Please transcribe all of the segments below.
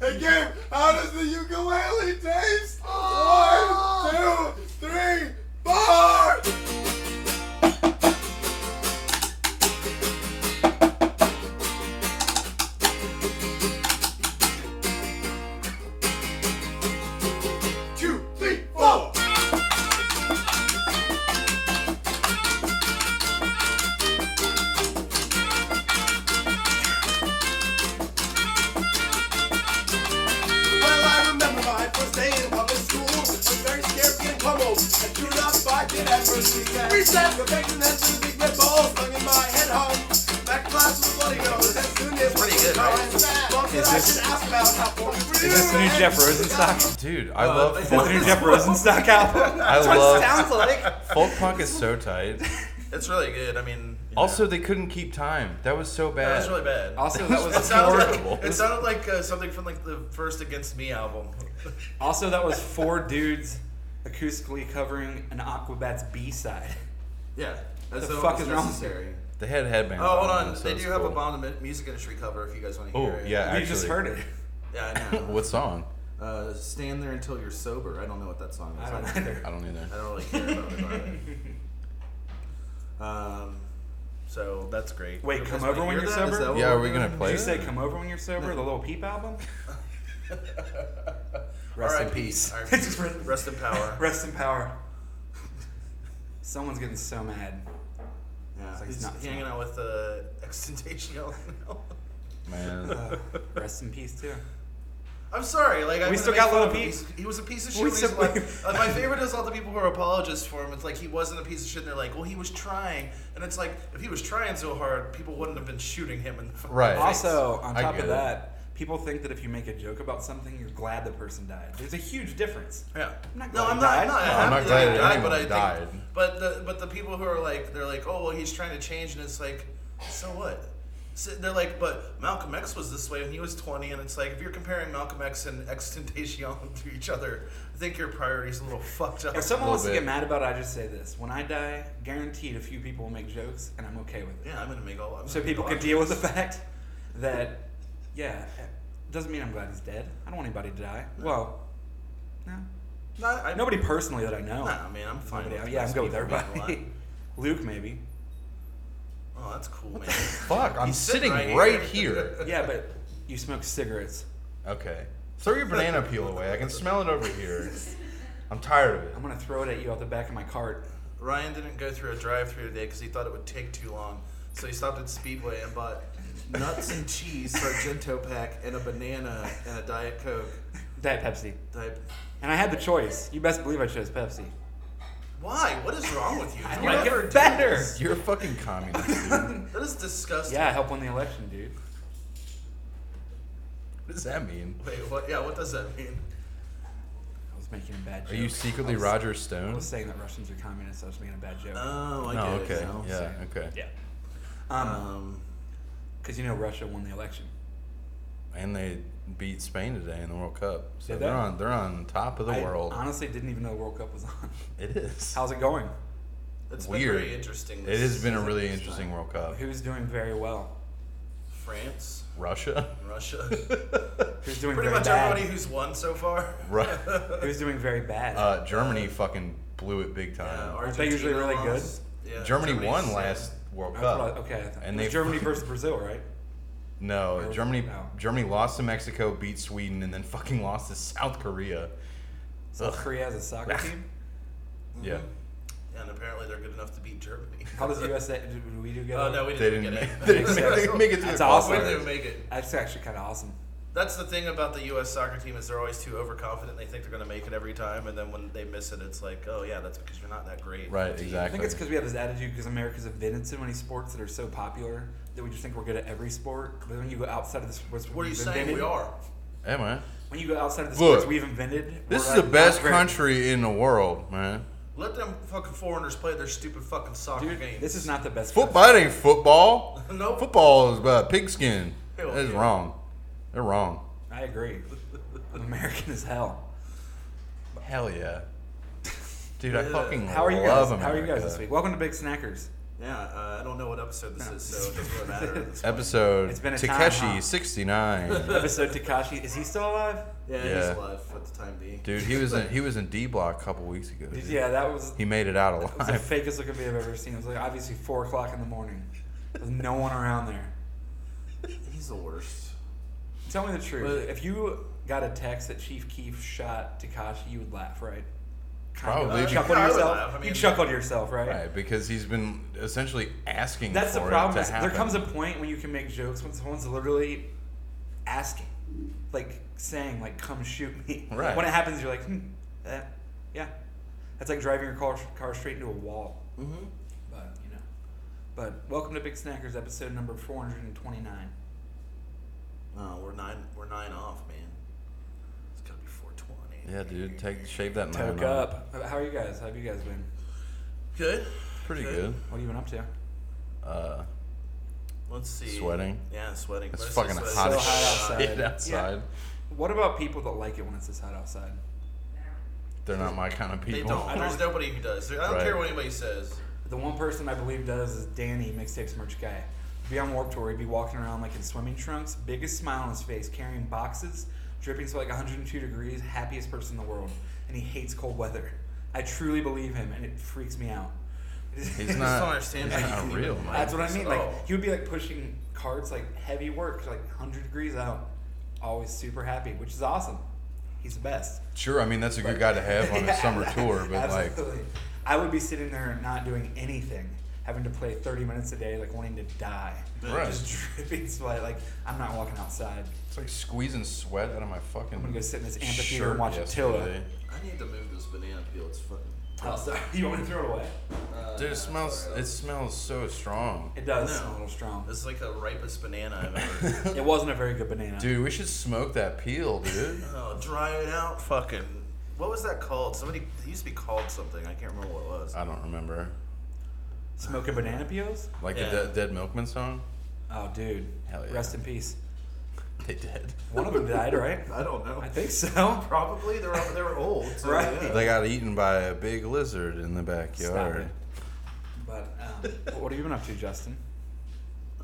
Hey, Gabe, how does the ukulele taste? One, two, three, four. Two, three, four. Well, I remember my first day in public school. I was very scared of getting pummeled. I threw up five did at first recess. Recess! The bacon and the big net balls slung in my head home. Back class was bloody nose. As soon as Pretty good, right? Mom said Is I this- should ask about how far Is this the new Jeff Rosenstock? Dude, I Uh, love it's folk. not- I New Jeff Rosenstock album? What it love sounds like. folk punk is so tight. It's really good. I mean, you know, Also, they couldn't keep time. That was so that bad. was really bad. Also, that it was sounded horrible. like, it sounded like uh, something from like the first Against Me album. also that was four dudes acoustically covering an Aquabats B side. yeah, that's The what fuck was is wrong with necessary. They had headbands. Oh, hold on. so they it's do have a cool. Bomb the Mi- Music Industry cover if you guys want to Oh hear it. yeah, We actually. just heard it. Yeah, I know. What song? Uh, stand there until you're sober. I don't know what that song is. I don't either. I don't either. I don't really care about it. either. um, so that's great. Wait, You guys come wanna over when hear you're that? Is sober? that what Yeah, are we're we gonna doing? play? Did you say "Come Over When You're Sober"? The little Peep album. Rest All in right. peace. All right. It's just rest- Rest in power. Rest in power. Someone's getting so mad. Yeah. like He's not- hanging out with the uh, extentation now. Man, Rest in peace too. I'm sorry. Like I'm We gonna still make got fun Little of him. Peep. He's- He was a piece of We shit. when still- he's alive. Uh, my favorite is all the people who are apologists for him. It's like he wasn't a piece of shit. And they're like, well, he was trying. And it's like if he was trying so hard, people wouldn't have been shooting him. In the fucking Right. face. Also, on I top get of it. that, people think that if you make a joke about something, you're glad the person died. There's a huge difference. Yeah. I'm not no, glad I'm he not. died. I'm not, No, I'm not happy glad that he that died, but I think, anyone died. But the but the people who are like they're like, oh well, he's trying to change, and it's like, so what? So they're like, but Malcolm X was this way when he was 20, and it's like if you're comparing Malcolm X and Extentation to each other, I think your priorities a little fucked up. If someone Little wants to bit. get mad about it, I just say this: When I die, guaranteed a few people will make jokes, and I'm okay with it. yeah, I'm gonna make all. I'm So gonna people make can deal with the fact that, yeah, it doesn't mean I'm glad he's dead. I don't want anybody to die. Well, no, No, I, nobody personally that I know. Nah, I mean, I'm fine. Nobody- with yeah, I'm most good with people being everybody. alive. Luke, maybe. Oh, that's cool, man. fuck! I'm He's sitting sitting right, right here. Yeah, but you smoke cigarettes. Okay, throw your banana peel away. I can smell it over here. I'm tired of it. I'm gonna throw it at you out the back of my cart. Ryan didn't go through a drive-through today because he thought it would take too long, so he stopped at Speedway and bought nuts and cheese Sargento pack and a banana and a Diet Coke. Diet Pepsi. Diet... And I had the choice. You best believe I chose Pepsi. Why? What is wrong with you? I You like never it do better. this. You're a fucking communist, dude. What That is disgusting. Yeah, I helped win the election, dude. does that mean? Wait, what? Yeah, what does that mean? I was making a bad joke. Are you secretly I was- Roger I Stone? was saying that Russians are communists. I was making a bad joke. Oh, I No, get it okay, now. yeah, okay. yeah. Um, Um, because you know Russia won the election. And they beat Spain today in the World Cup, so Did they're they? on they're on top of the I world. honestly didn't even know the World Cup was on. It is. How's it going? it's weird. been very interesting. It has been a season really this interesting time. World Cup. Who's doing very well? France, Russia, Russia, Who's doing pretty very much bad? everybody who's won so far. Ru- Who's doing very bad? uh, Germany fucking blew it big Yeah, time. Aren't they usually Argentina really good? lost. Yeah, Germany Germany's won sad. last World I Cup. thought- okay. I thought- And it was they- Germany versus Brazil, right? No, Or- Germany. no. Germany lost to Mexico, beat Sweden, and then fucking lost to South Korea. South Ugh. Korea has a soccer team. Mm-hmm. Yeah, And apparently they're good enough to beat Germany. How does USA? Did, did we do good? Oh no, we they didn't, didn't. get Make, it. they didn't make, they didn't make it to That's the awesome. When qualifiers. did they make it? That's actually kind of awesome. That's the thing about the U.S. soccer team is they're always too overconfident. They think they're going to make it every time, and then when they miss it, it's like, oh yeah, that's because you're not that great. Right, I think exactly. it's because we have this attitude because America's invented so many sports that are so popular that we just think we're good at every sport. But when you go outside of the sports, What are you we've saying? invented- We are. Hey man, When you go outside of the Look, sports we've invented, this we're is like the not best great. country in the world, man. Let them fucking foreigners play their stupid fucking soccer Dude, game. this is not the best. Football that ain't football. No. football is about pigskin. Hell That's yeah. wrong. They're wrong. country. I agree. I'm American as hell. Hell yeah, dude! I Yeah. fucking How are you love guys? America. How are you guys this week? Welcome to Big Snackers. Yeah, uh, I don't know what episode this No. is, so it doesn't really matter. It's- Episode It's been a time, Takeshi huh? 69. Episode Takashi. Is he still alive? yeah, Yeah. he's alive at the time being. Dude, he was in, he was in D Block a couple weeks ago. dude. Yeah, that was, He made it out that was the alive. fakest looking video I've ever seen. It was like obviously four o'clock in the morning, with no one around there. He's the worst. Tell me the truth. But- if you got a text that Chief Keef shot Takashi, you would laugh, right? Probably. Uh, You Yeah, chuckle to I would yourself. laugh. I you mean- chuckle to yourself, right? Right, because he's been essentially asking That's the for problem. it Is to there happen. comes a point when you can make jokes when someone's literally asking, like saying, like "Come shoot me." Right. When it happens, you're like, hmm, eh, "Yeah." That's like driving your car car straight into a wall. Mm-hmm. But you know. But welcome to Big Snackers, episode number four hundred and twenty nine. No, we're nine. We're nine off, man. It's gotta be 420. Yeah, dude, take shave that man Toke off. up. How are you guys? How have you guys been? Good. Pretty good. What have you been up to? Uh, Let's see. Sweating. Yeah, sweating. it's Mostly fucking sweating. hot So as hot shit outside. outside. What about people that like it when it's this hot outside? They're not my kind of people. They don't. I don't- There's nobody who does. I don't Right. care what anybody says. The one person I believe does is Danny, mixtapes merch guy. Be on Warped Tour, he'd be walking around like in swimming trunks, biggest smile on his face, carrying boxes, dripping to like 102 degrees, happiest person in the world, and he hates cold weather. I truly believe him, and it freaks me out. He's I just don't not. understand he's how you not can real, even- man. That's what I mean. Like Oh. he would be like pushing carts, like heavy work, like 100 degrees out, always super happy, which is awesome. He's the best. Sure, I mean that's a good guy to have on a Yeah, summer tour, but like, absolutely. I would be sitting there and not doing anything, having to play 30 minutes a day, like wanting to die. Right. Just dripping sweat. Like, I'm not walking outside. it's like squeezing sweat out of my fucking. I'm gonna go sit in this amphitheater and watch Attila. yesterday. I need to move this banana peel. It's fucking. Outside. You want me to throw it away? Uh, Dude, it smells. It smells so strong. It does No. smell a little strong. This is like the ripest banana I've ever. It wasn't a very good banana. Dude, we should smoke that peel, dude. oh, dry it out. Fucking. What was that called? Somebody it used to be called something. I can't remember what it was. I don't remember. Smoking banana peels? Like Yeah. the De- Dead Milkman song. Oh, dude. Hell yeah. Rest in peace. They did. One of them died, right? I don't know. I think so. Probably they're all- they're old. So Right. Yeah. They got eaten by a big lizard in the Stop it. backyard. But um, what have you been up to, Justin?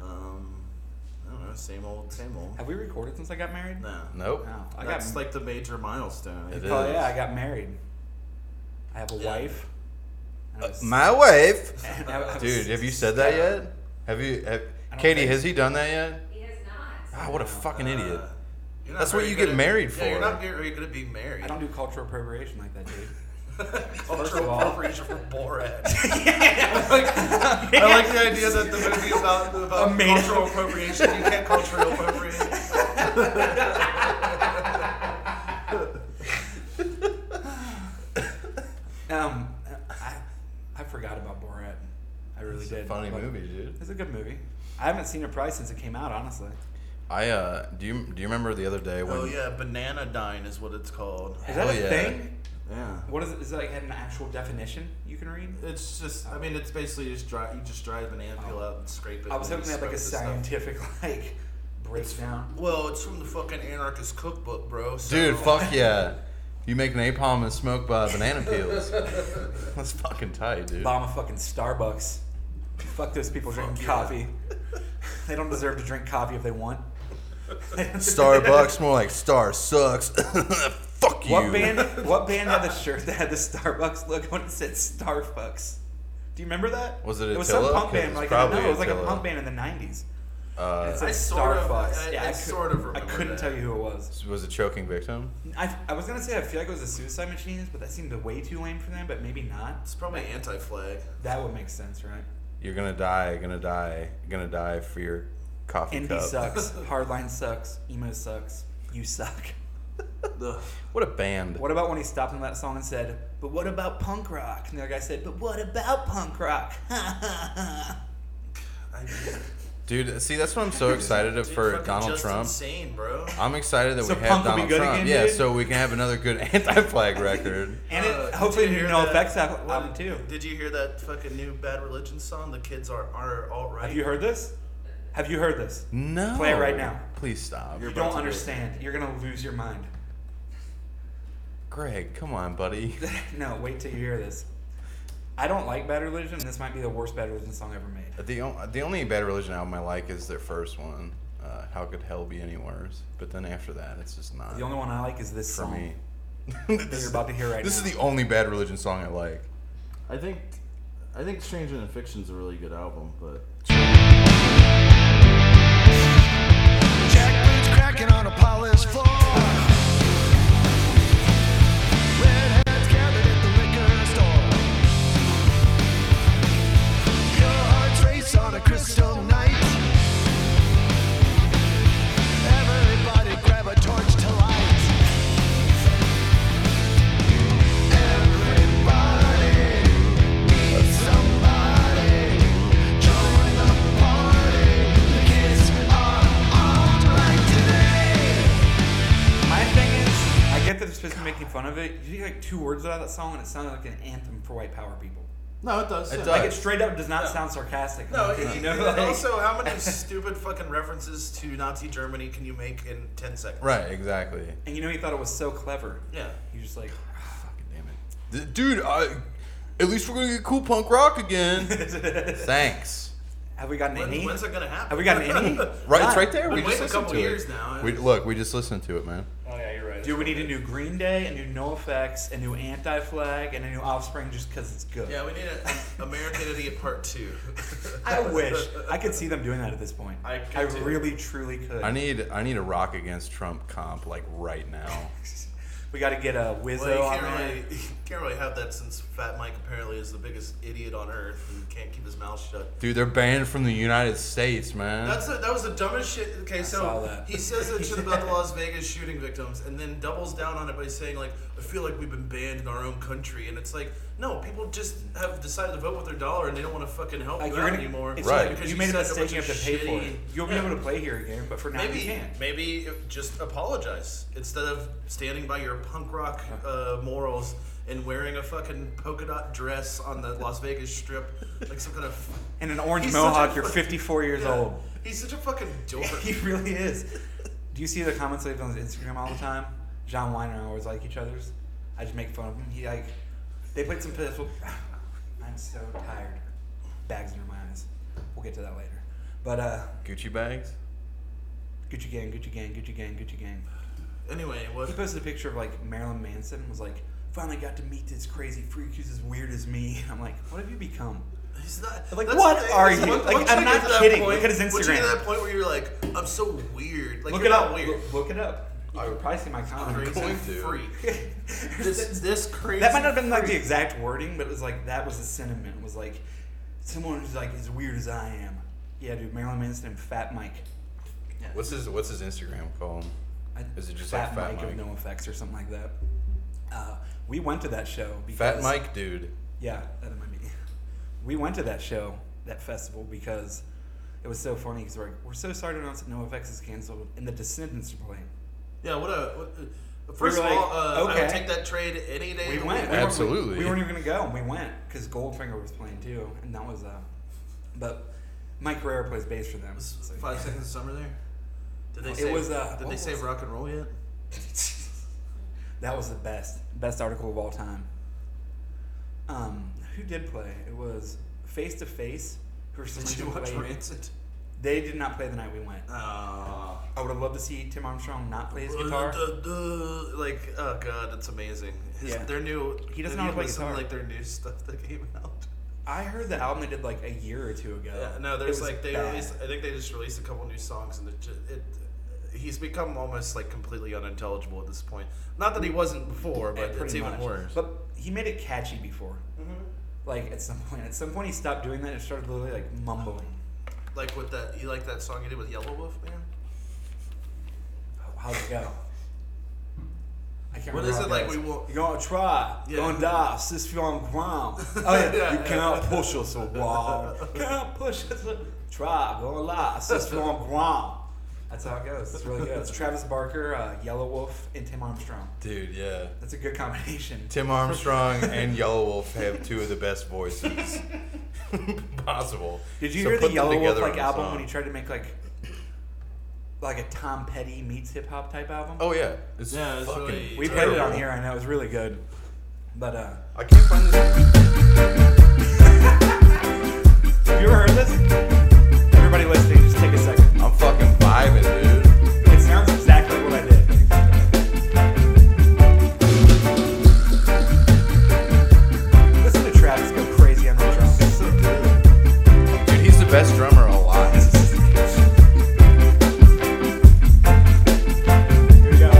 um, I don't know. Same old, same old. Have we recorded since I got married? No. Nope. No. I That's got like the major milestone. It Oh is. yeah, I got married. I have a Yeah. wife. and I was- Uh, My wife. and I was- Dude, have you said that yet? Have you, have, I don't Katie? think- Has he done that yet? He has not. Ah, what a fucking idiot. Uh, you're not That's what very you good get at- married Yeah, you're for. not very good at being married. I don't do cultural appropriation like that, dude. Cultural of all- appropriation for Borat. I I like the idea that the movie is about, about A made-up- cultural appropriation. You can't cultural appropriate. Um, I, I forgot about Borat. I really It's did. a funny but movie, dude. It's a good movie. I haven't seen it probably since it came out, honestly. I uh, do you do you remember the other day when? Oh yeah, banana dine is what it's called. Is that Hell a yeah. thing? Yeah. What is it? Is it like had an actual definition you can read? It's just, I mean, it's basically just dry. You just dry the banana peel out and scrape it. I was and hoping they had like a spread the stuff. scientific like breakdown. Well, it's from the fucking anarchist cookbook, bro. So. Dude, fuck yeah. You make napalm and smoke by banana peels. That's fucking tight, dude. Bomb a fucking Starbucks. Fuck those people drinking yeah. coffee. they don't deserve to drink coffee if they want. Starbucks, more like Star sucks. Fuck you. What band? What band had the shirt that had the Starbucks logo and it said Starbucks? Do you remember that? Was it It was some Attila? punk 'Cause band. it's Like probably no, it was like a Attila. punk band in the '90s. Uh, It said I sort of- Starbucks. I- yeah, I cou- sort of I remember couldn't that. tell you who it was. was a choking victim? I, I was gonna say I feel like it was the Suicide Machines, but that seemed way too lame for them. But maybe not. It's probably anti-flag. That would make sense, right? You're gonna die, gonna die, gonna die for your coffee Indie cup. sucks. Hardline sucks. Emo sucks. You suck. The What a band. What about when he stopped in that song and said, "But what about punk rock?" And the other guy said, "But what about punk rock?" I, Dude, see, that's what I'm so excited of dude, for fucking Donald just Trump. Insane, bro. I'm excited that So we punk have will be Donald good Trump. again, yeah, dude? so we can have another good anti-flag record. and Uh, it, did hopefully, you hear no that- effects um, album what- too. Did you hear that fucking new Bad Religion song? The kids are are all right. Have you heard this? Have you heard this? No. Play it right now. Please stop. You're- You about don't to do it. understand. You're gonna lose your mind. Greg, come on, buddy. no, wait till you hear this. I don't like Bad Religion. and This might be the worst Bad Religion song ever made. The, on- the only Bad Religion album I like is their first one, uh, How Could Hell Be Any Worse? But then after that, it's just not The only one I like is this for song. me. that this you're about to hear right this now. is the only Bad Religion song I like. I think I think Strange and Fiction's a really good album, but Jackboots cracking on a polished floor. Redheads gathered at the liquor store. Your hearts race on a crystal night. Everybody grab a torch to light. Everybody needs somebody. Join the party. The kids are on like today. My thing is, I get that it's supposed to be making fun of it. You take like two words out of that song, and it sounded like an anthem for white power people. no, it does. It Like does. it straight up does not sound sarcastic. No, you and, know, and like- also, how many stupid fucking references to Nazi Germany can you make in 10 seconds? Right, exactly. and you know, he thought it was so clever. Yeah. You're just like, Fucking damn it. D- Dude, I, at least we're going to get cool punk rock again. Thanks. have we gotten When, any? when's it gonna happen? Have we gotten any? Right, it's God. right there. We Been waiting just a listened couple to years it. now. We, look, we just listened to it, man. Oh, yeah, you're right. Dude, we need a new Green Day, a new NoFX, a new Anti Flag, and a new Offspring just because it's good. Yeah, we need a American Idiot Part 2. I wish I could see them doing that at this point. uh, I could I too. really, truly could. I need I need a rock against Trump comp like right now. we got to get a Wizzo Well, you on can't there. really, you can't really have that since Fat Mike apparently is the biggest idiot on earth and can't keep his mouth shut. Dude, they're banned from the United States, man. That's the that was the dumbest shit. Okay, saw so that. he says that shit about the Las Vegas shooting victims, and then doubles down on it by saying like, "I feel like we've been banned in our own country," and it's like, no, people just have decided to vote with their dollar, and they don't want to fucking help Like, you you're out gonna, anymore. It's Right. Like, Because you made a said bunch mistake. You of have to pay for it. shitty- You'll be Yeah. able to play here again, but for now you Maybe, can't. maybe if- just apologize instead of standing by your punk rock uh, morals and wearing a fucking polka dot dress on the Las Vegas Strip, like some kind of. And an orange He's such a mohawk. You're fuck- 54 years Yeah. old. He's such a fucking dork. He really is. Do you see the comments leave on his Instagram all the time? John Wine and I always like each other's. I just make fun of him. He like they played some pitiful. I'm so tired. Bags in my eyes. We'll get to that later. But uh, Gucci bags. Gucci gang, Gucci gang, Gucci gang, Gucci gang. Anyway, what? He posted a picture of like Marilyn Manson. and Was like, finally got to meet this crazy freak who's as weird as me. I'm like, what have you become? He's not. Like, that's what the thing, are is you? once- Like, once I'm you get not to that kidding. Point, Look at his Once you get to Instagram. that point where you're like, I'm so weird. Like, look you're it not up. Weird. Look, look it up. You can probably see my comment. Crazy going to. freak. this this crazy. That might not have been like the exact wording, but it was like that was the sentiment. It was like someone who's like as weird as I am. Yeah, dude, Marilyn Manson and Fat Mike. What's his What's his Instagram called? I- Is it just Fat like Fat Mike, Mike? of No Effects or something like that? Uh, we went to that show because Fat Mike, dude. Yeah, that might be. We went to that show, that festival, because it was so funny. Because we're like, we're so sorry to announce that No Effects is canceled and The Descendants are playing. Yeah. What a. What, uh, first were of all, uh, like, I okay. would take that trade any day. We of the went. week. We weren't- Absolutely. We, we weren't even gonna go, and we went because Goldfinger was playing too, and that was uh. But Mike Carrera plays bass for them. Was so- Five seconds of summer there. Did they It save, was, uh, Did what they save was- rock and roll yet? That was the best, best article of all time. Um, who did play? It was Face to Face. who for some Did you reason watch played- Rancid? They did not play the night we went. Uh, I would have loved to see Tim Armstrong not play his guitar. Like, oh god, it's amazing. His, Yeah. Their new. He have doesn't know how you to play listened to, guitar. Like their new stuff that came out. I heard the album they did like a year or two ago. Yeah, no, It there's was like they bad. released. I think they just released a couple new songs, and it, ju- it he's become almost like completely unintelligible at this point. Not that he wasn't before, Yeah, but it's pretty even much. worse. Mm-hmm. But he made it catchy before. Like at some point, at some point he stopped doing that and started literally like mumbling. Like with that, you like that song he did with Yellow Wolf, man. How'd it go? I can't What remember is how it like goes. we won't- You're gonna try, Yeah. gonna die, sis you on ground. Oh yeah, Yeah. you cannot push us along. Cannot push us a- Try, gonna lie, sis you on ground. That's how it goes. It's really good. It's Travis Barker, uh, Yellow Wolf, and Tim Armstrong. Dude, yeah. That's a good combination. Tim Armstrong and Yellow Wolf have two of the best voices possible. Did you So hear put the them Yellow Wolf together like on a album when song. he tried to make like like a Tom Petty meets hip hop type album? Oh yeah, it's Yeah, it's fucking. really- we played it on terrible. here and it was really good. But uh I can't find this. you ever heard this? Everybody listening, just take a second. I'm fucking vibing, dude. It sounds exactly what I did. Listen to Travis go crazy on the drums. Dude, he's the best drummer alive. Here we go.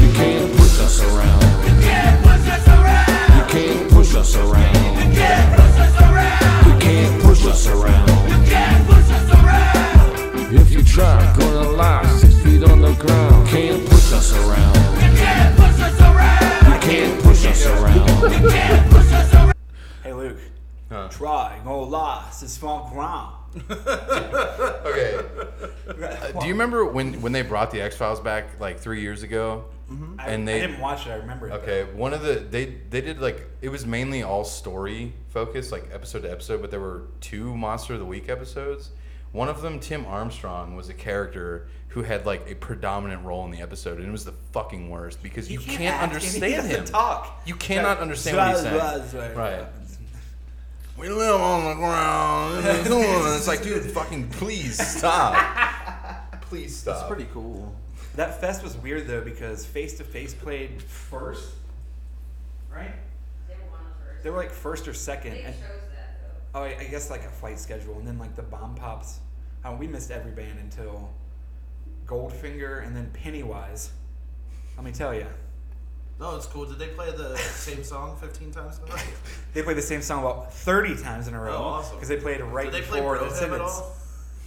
You can't push us around. You can't push us around. You can't push us around. If you try, gonna lie, six feet on the ground. Can't push us around. You can't push us around. Hey Luke. Huh. Try, go la, c'est small ground. Okay. Uh, Do you remember when when they brought the X Files back like three years ago? Mm-hmm. I, I didn't watch it, I remember it. though. Okay, one of the they they did like it was mainly all story focused, like episode to episode, but there were two Monster of the Week episodes. One of them, Tim Armstrong, was a character who had like a predominant role in the episode, and it was the fucking worst because He you can't can't, act and he understand doesn't him. talk. You cannot understand what he's saying. Right. We live on the ground. and it's like, dude, fucking please stop. Please stop. It's pretty cool. That fest was weird though because Face to Face played first, right? They were like first or second. and- oh, I, I guess like a flight schedule, and then like the Bomb Pops. Oh, we missed every band until Goldfinger and then Pennywise. Let me tell you, No, it's cool. Did they play the same song 15 times in a row? they played the same song about thirty times in a row because Oh, awesome. they played it right Did they play before the Bro Him at Simmons. all?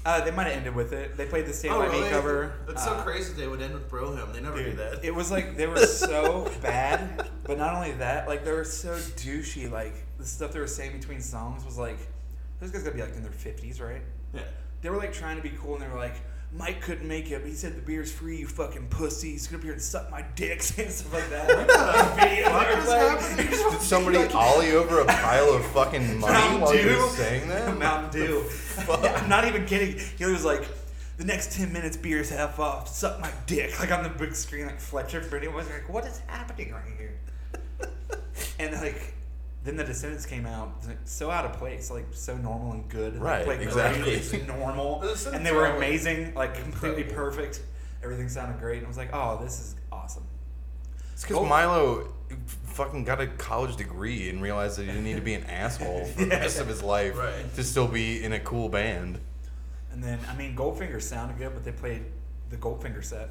Uh, they might have ended with it. They played the Stand Oh, By Me really? cover. That's uh, so crazy they would end with Bro Him. They never do Dude, that. it was like they were so bad, but not only that, like they were so douchey. Like the stuff they were saying between songs was like, those guys gotta be like in their fifties, right? yeah. They were like trying to be cool, and they were like, Mike couldn't make it, but he said the beer's free, you fucking pussy. He's gonna be here and suck my dick and stuff like that. Like, the video they were playing. Did somebody ollie over a pile of fucking money Mountain while you Dew. were saying that? Mountain Dew. I'm not even kidding. He was like, the next 10 minutes, beer's half off. Suck my dick. Like on the big screen, like Fletcher for anyone. was like, what is happening right here? and like, then the Descendants came out, like, so out of place, like so normal and good. They Right, played exactly. great, it's normal. The Descendants and they were are, like, amazing, like completely incredible. perfect. Everything sounded great. And I was like, oh, this is awesome. It's because Oh. Milo fucking got a college degree and realized that he didn't need to be an asshole for the rest of his life Right. to still be in a cool band. And then, I mean, Goldfinger sounded good, but they played the Goldfinger set.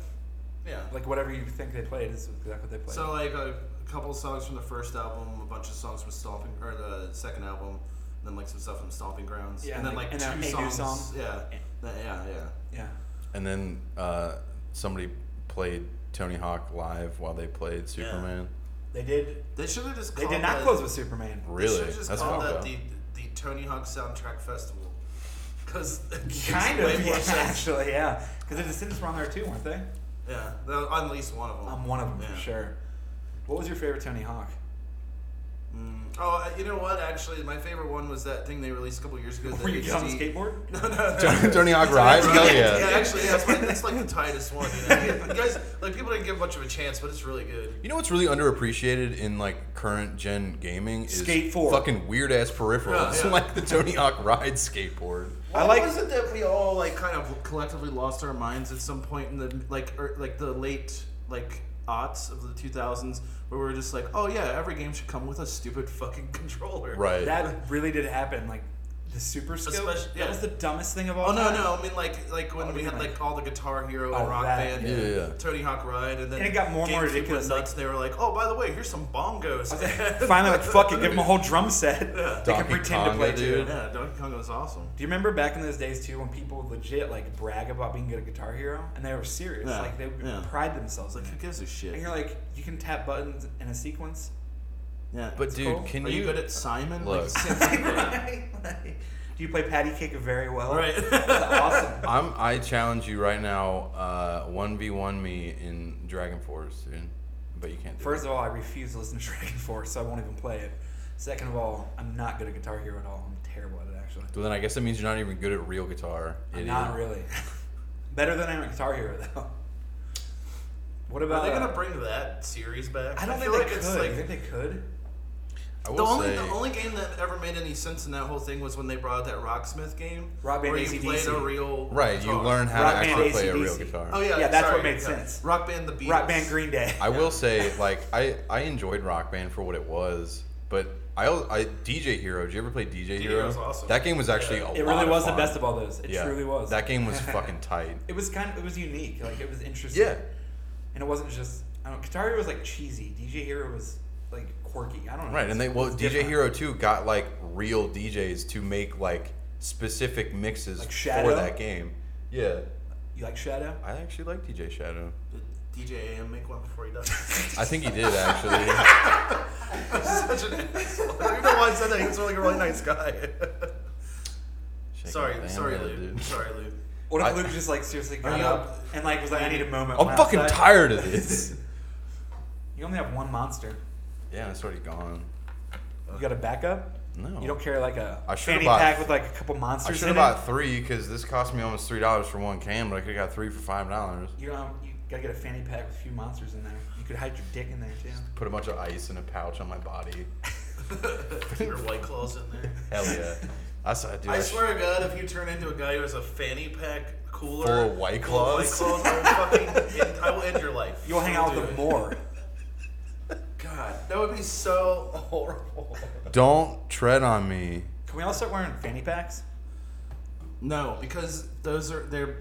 Yeah. Like whatever you think they played is exactly what they played. So like a, a couple of songs from the first album, a bunch of songs from Stomping or the second album, and then like some stuff from Stomping Grounds. Yeah, and then like- like and a- two a new songs. song. Yeah. Th- Yeah, yeah. yeah. And then uh, somebody played Tony Hawk live while they played Superman. They did. They should have just They called did not that- close with Superman. they Really? should've just That's called fucked that up. the the Tony Hawk Soundtrack Festival. Cause it's Kind way of, more yeah, sense. actually, yeah. Because the Descendants were on there too, weren't they? Yeah, the- at least one of them. I'm one of them Yeah. for sure. What was your favorite Tony Hawk? Mm. Oh, uh, you know what? Actually, my favorite one was that thing they released a couple years ago. Were the you get on the HD skateboard? No, no, no. Tony, Tony Hawk Ride? Hell yeah. Yeah, actually, yeah, it's, like, it's like the tightest one. You, know? You guys, like people didn't give much of a chance, but it's really good. You know what's really underappreciated in like current gen gaming is Skate four. fucking weird ass peripherals Yeah, yeah. like the Tony Hawk Ride skateboard. I Why like- was it that we all like kind of collectively lost our minds at some point in the like or, like the late like aughts of the 2000s where we were just like, oh yeah, every game should come with a stupid fucking controller. Right. That really did happen. Like the Super Scope. Especially- yeah. That was the dumbest thing of all. Oh no time. no! I mean like like when we had like all the Guitar Hero Oh, and Rock that, Band, yeah. and Yeah, yeah. Tony Hawk Ride, and then And it got more and more GameCube ridiculous, went like- Nuts, they were like, oh by the way, here's some bongos. Finally, like fuck it, give them a whole drum set. They can Donkey pretend to Konga, play too. dude. Yeah, Donkey Kong was awesome. Do you remember back in those days too when people would legit like brag about being good at Guitar Hero and they were serious? Yeah, Like they would yeah. pride themselves. Like, Like who gives a and shit? you're like, you can tap buttons in a sequence. Yeah. But dude, cool. can Are you good at Simon? Look. Like, Simon. Do you play patty cake very well? Right. That's awesome. I'm I challenge you right now, uh, one v one me in Dragon Force, dude. But you can't. Do First of all, I refuse to listen to Dragon Force, so I won't even play it. Second of all, I'm not good at Guitar Hero at all. I'm terrible at it actually. it. Well, then I guess that means you're not even good at real guitar. idiot. Not really. Better than I am at Guitar Hero though. What Are about? they gonna uh, bring that series back? I don't feel think like they it's could. like you think they could? I will The only, say the only game that ever made any sense in that whole thing was when they brought out that Rocksmith game, Rock Band where you AC/DC. played a real right. You guitar. learn how Rock to Band actually play a AC/DC. real guitar. Oh yeah, Yeah, that's sorry, what made yeah. sense. Rock Band, the Beatles, Rock Band, Green Day. I will say, like, I, I enjoyed Rock Band for what it was, but I, al- I DJ Hero. Did you ever play Hero DJ, Hero? was awesome. That game was actually a It lot really of was the fun. best of all those. It Yeah. truly was. That game was fucking tight. It was kind of it was unique. Like it was interesting. Yeah. And it wasn't just I don't. Katari was like cheesy. DJ Hero was like quirky. I don't know. Right, and they well, It's DJ different. Hero Two got like real DJs to make like specific mixes Like Shadow? for that game. Yeah, You like Shadow? I actually like DJ Shadow. Did DJ AM make one before he died? Such I think he did actually. an asshole. I don't even know why I said that. He was like a really nice guy. Shaking my sorry, hand sorry, at it, Luke. dude. Sorry, Luke. What if I- Luke just like seriously Are got you up up? and like was like I need a moment. I'm when fucking outside. tired of this. You only have one monster. yeah, it's already gone. You got a backup? No. You don't carry like a I should've fanny bought- pack with like a couple I monsters should in have it? bought three because this cost me almost three dollars for one can, but I could have got three for five dollars. You don't. You gotta get a fanny pack with a few monsters in there. You could hide your dick in there too. Put a bunch of ice in a pouch on my body. Your white claws in there. Hell yeah. I saw, dude, I I sh- swear to God, if you turn into a guy who has a fanny pack cooler Full of White full of White Claws? Claws, I will fucking end, I will end your life. You'll hang I will out do with them it. more. God, that would be so horrible. Don't tread on me. Can we all start wearing fanny packs? No, Because those are they're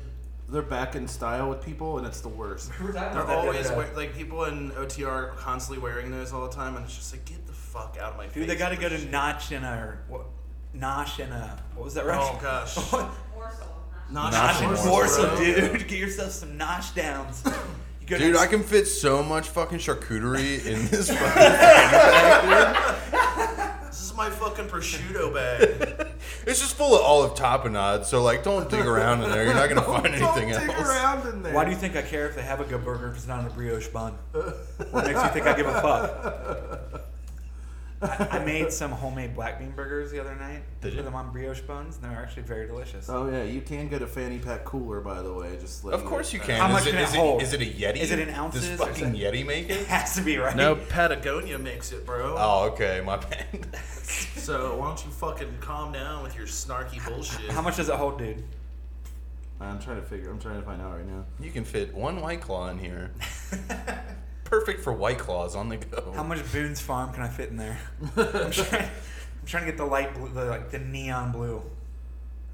they're back in style with people, and it's the worst. they're always wear, like people in OTR are constantly wearing those all the time, and it's just like get the fuck out of my face. Dude, they gotta with go to this shit. Notch and a what? Nosh and a what was that? Right? Oh gosh, Not Notch Nosh and and Warsaw, Warsaw, bro. dude. Get yourself some Nosh downs. You go to- Dude, I can fit so much fucking charcuterie in this fucking bag, This is my fucking prosciutto bag. dude. It's just full of olive tapenade, so like, don't dig around in there. You're not gonna find anything Don't dig else. around in there. Why do you think I care if they have a good burger if it's not in a brioche bun? What makes you think I give a fuck? I, I made some homemade black bean burgers the other night. Did you? Put them on brioche buns, and they're actually very delicious. Oh yeah, you can get a fanny pack cooler, by the way. Just like Of course you can. How is much it, can it is hold? Is it a Yeti? Is it in ounces or Does fucking something? Yeti make It it? has to be right. No, Patagonia makes it, bro. Oh, okay, my bad. So why don't you fucking calm down with your snarky bullshit? How much does it hold, dude? I'm trying to figure. I'm trying to find out right now. You can fit one White Claw in here. Perfect for White Claws on the go. How much Boone's Farm can I fit in there? I'm trying, I'm trying to get the light blue, the, like the neon blue.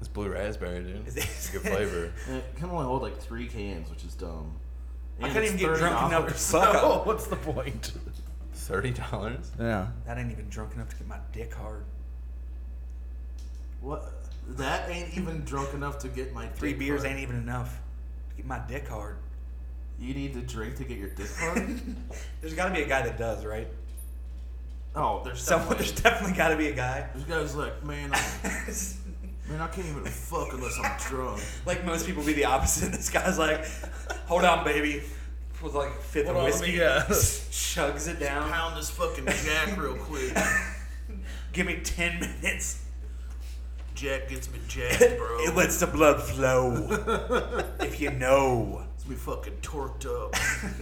It's blue raspberry, dude. Is it- It's a good flavor. And it can only hold like three cans, which is dumb. I And couldn't it's even get $30. drunk enough to suck up. what's the point? Thirty dollars. Yeah. That ain't even drunk enough to get my dick hard. What? That ain't even drunk enough to get my Three dick beers hard. ain't even enough to get my dick hard. You need to drink to get your dick hard? There's got to be a guy that does, right? oh, there's There's Someone, definitely- there's definitely got to be a guy. there's guys like man, I, man, I can't even fuck unless I'm drunk. like most people, be the opposite. This guy's like, "Hold on, baby," pulls like a fifth Hold of on, let whiskey, me, uh, chugs it down. pound this fucking jack real quick. Give me ten minutes. Jack gets me jacked, bro. It lets the blood flow. if you know, Gets me fucking torqued up.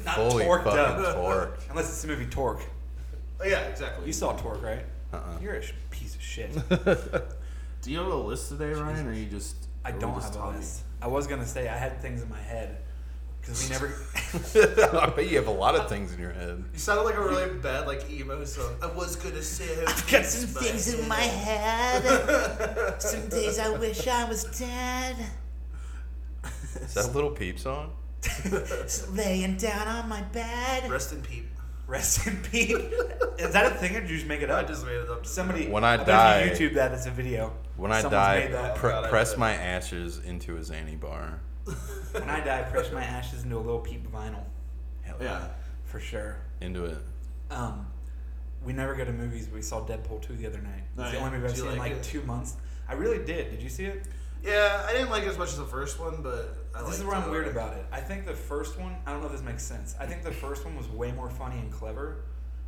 not Holy torqued fucking up. torque. Unless it's the movie Torque. yeah, exactly. You saw Torque, right? Uh-uh. You're a sh- piece of shit. Do you have a list today, Ryan, or you just? I or we don't just have a talking? list. I was gonna say I had things in my head because we never. I bet you have a lot of things in your head. You sounded like a really bad like emo song. I was gonna say I got some Things in my head. Some days I wish I was dead. Is that a little peep song? Laying down on my bed. Rest in peep. Rest in peace. Is that a thing, or did you just make it I up? just made it up. Somebody. When I bet if die- you YouTube that. It's a video. When I Someone's made die, that. Oh, pre- God, I press bet. my ashes into a Zanny bar. when I die, press my ashes into a little peep vinyl, Hell Yeah. for sure. Into it. Um, we never go to movies. but We saw Deadpool two the other night. It's Oh, the yeah. only movie I've Did you seen in like like it? two months. I really did. Did you see it? Yeah, I didn't like it as much as the first one, but I This is liked where it. I'm weird about it. I think the first one, I don't know if this makes sense. I think the first one was way more funny and clever,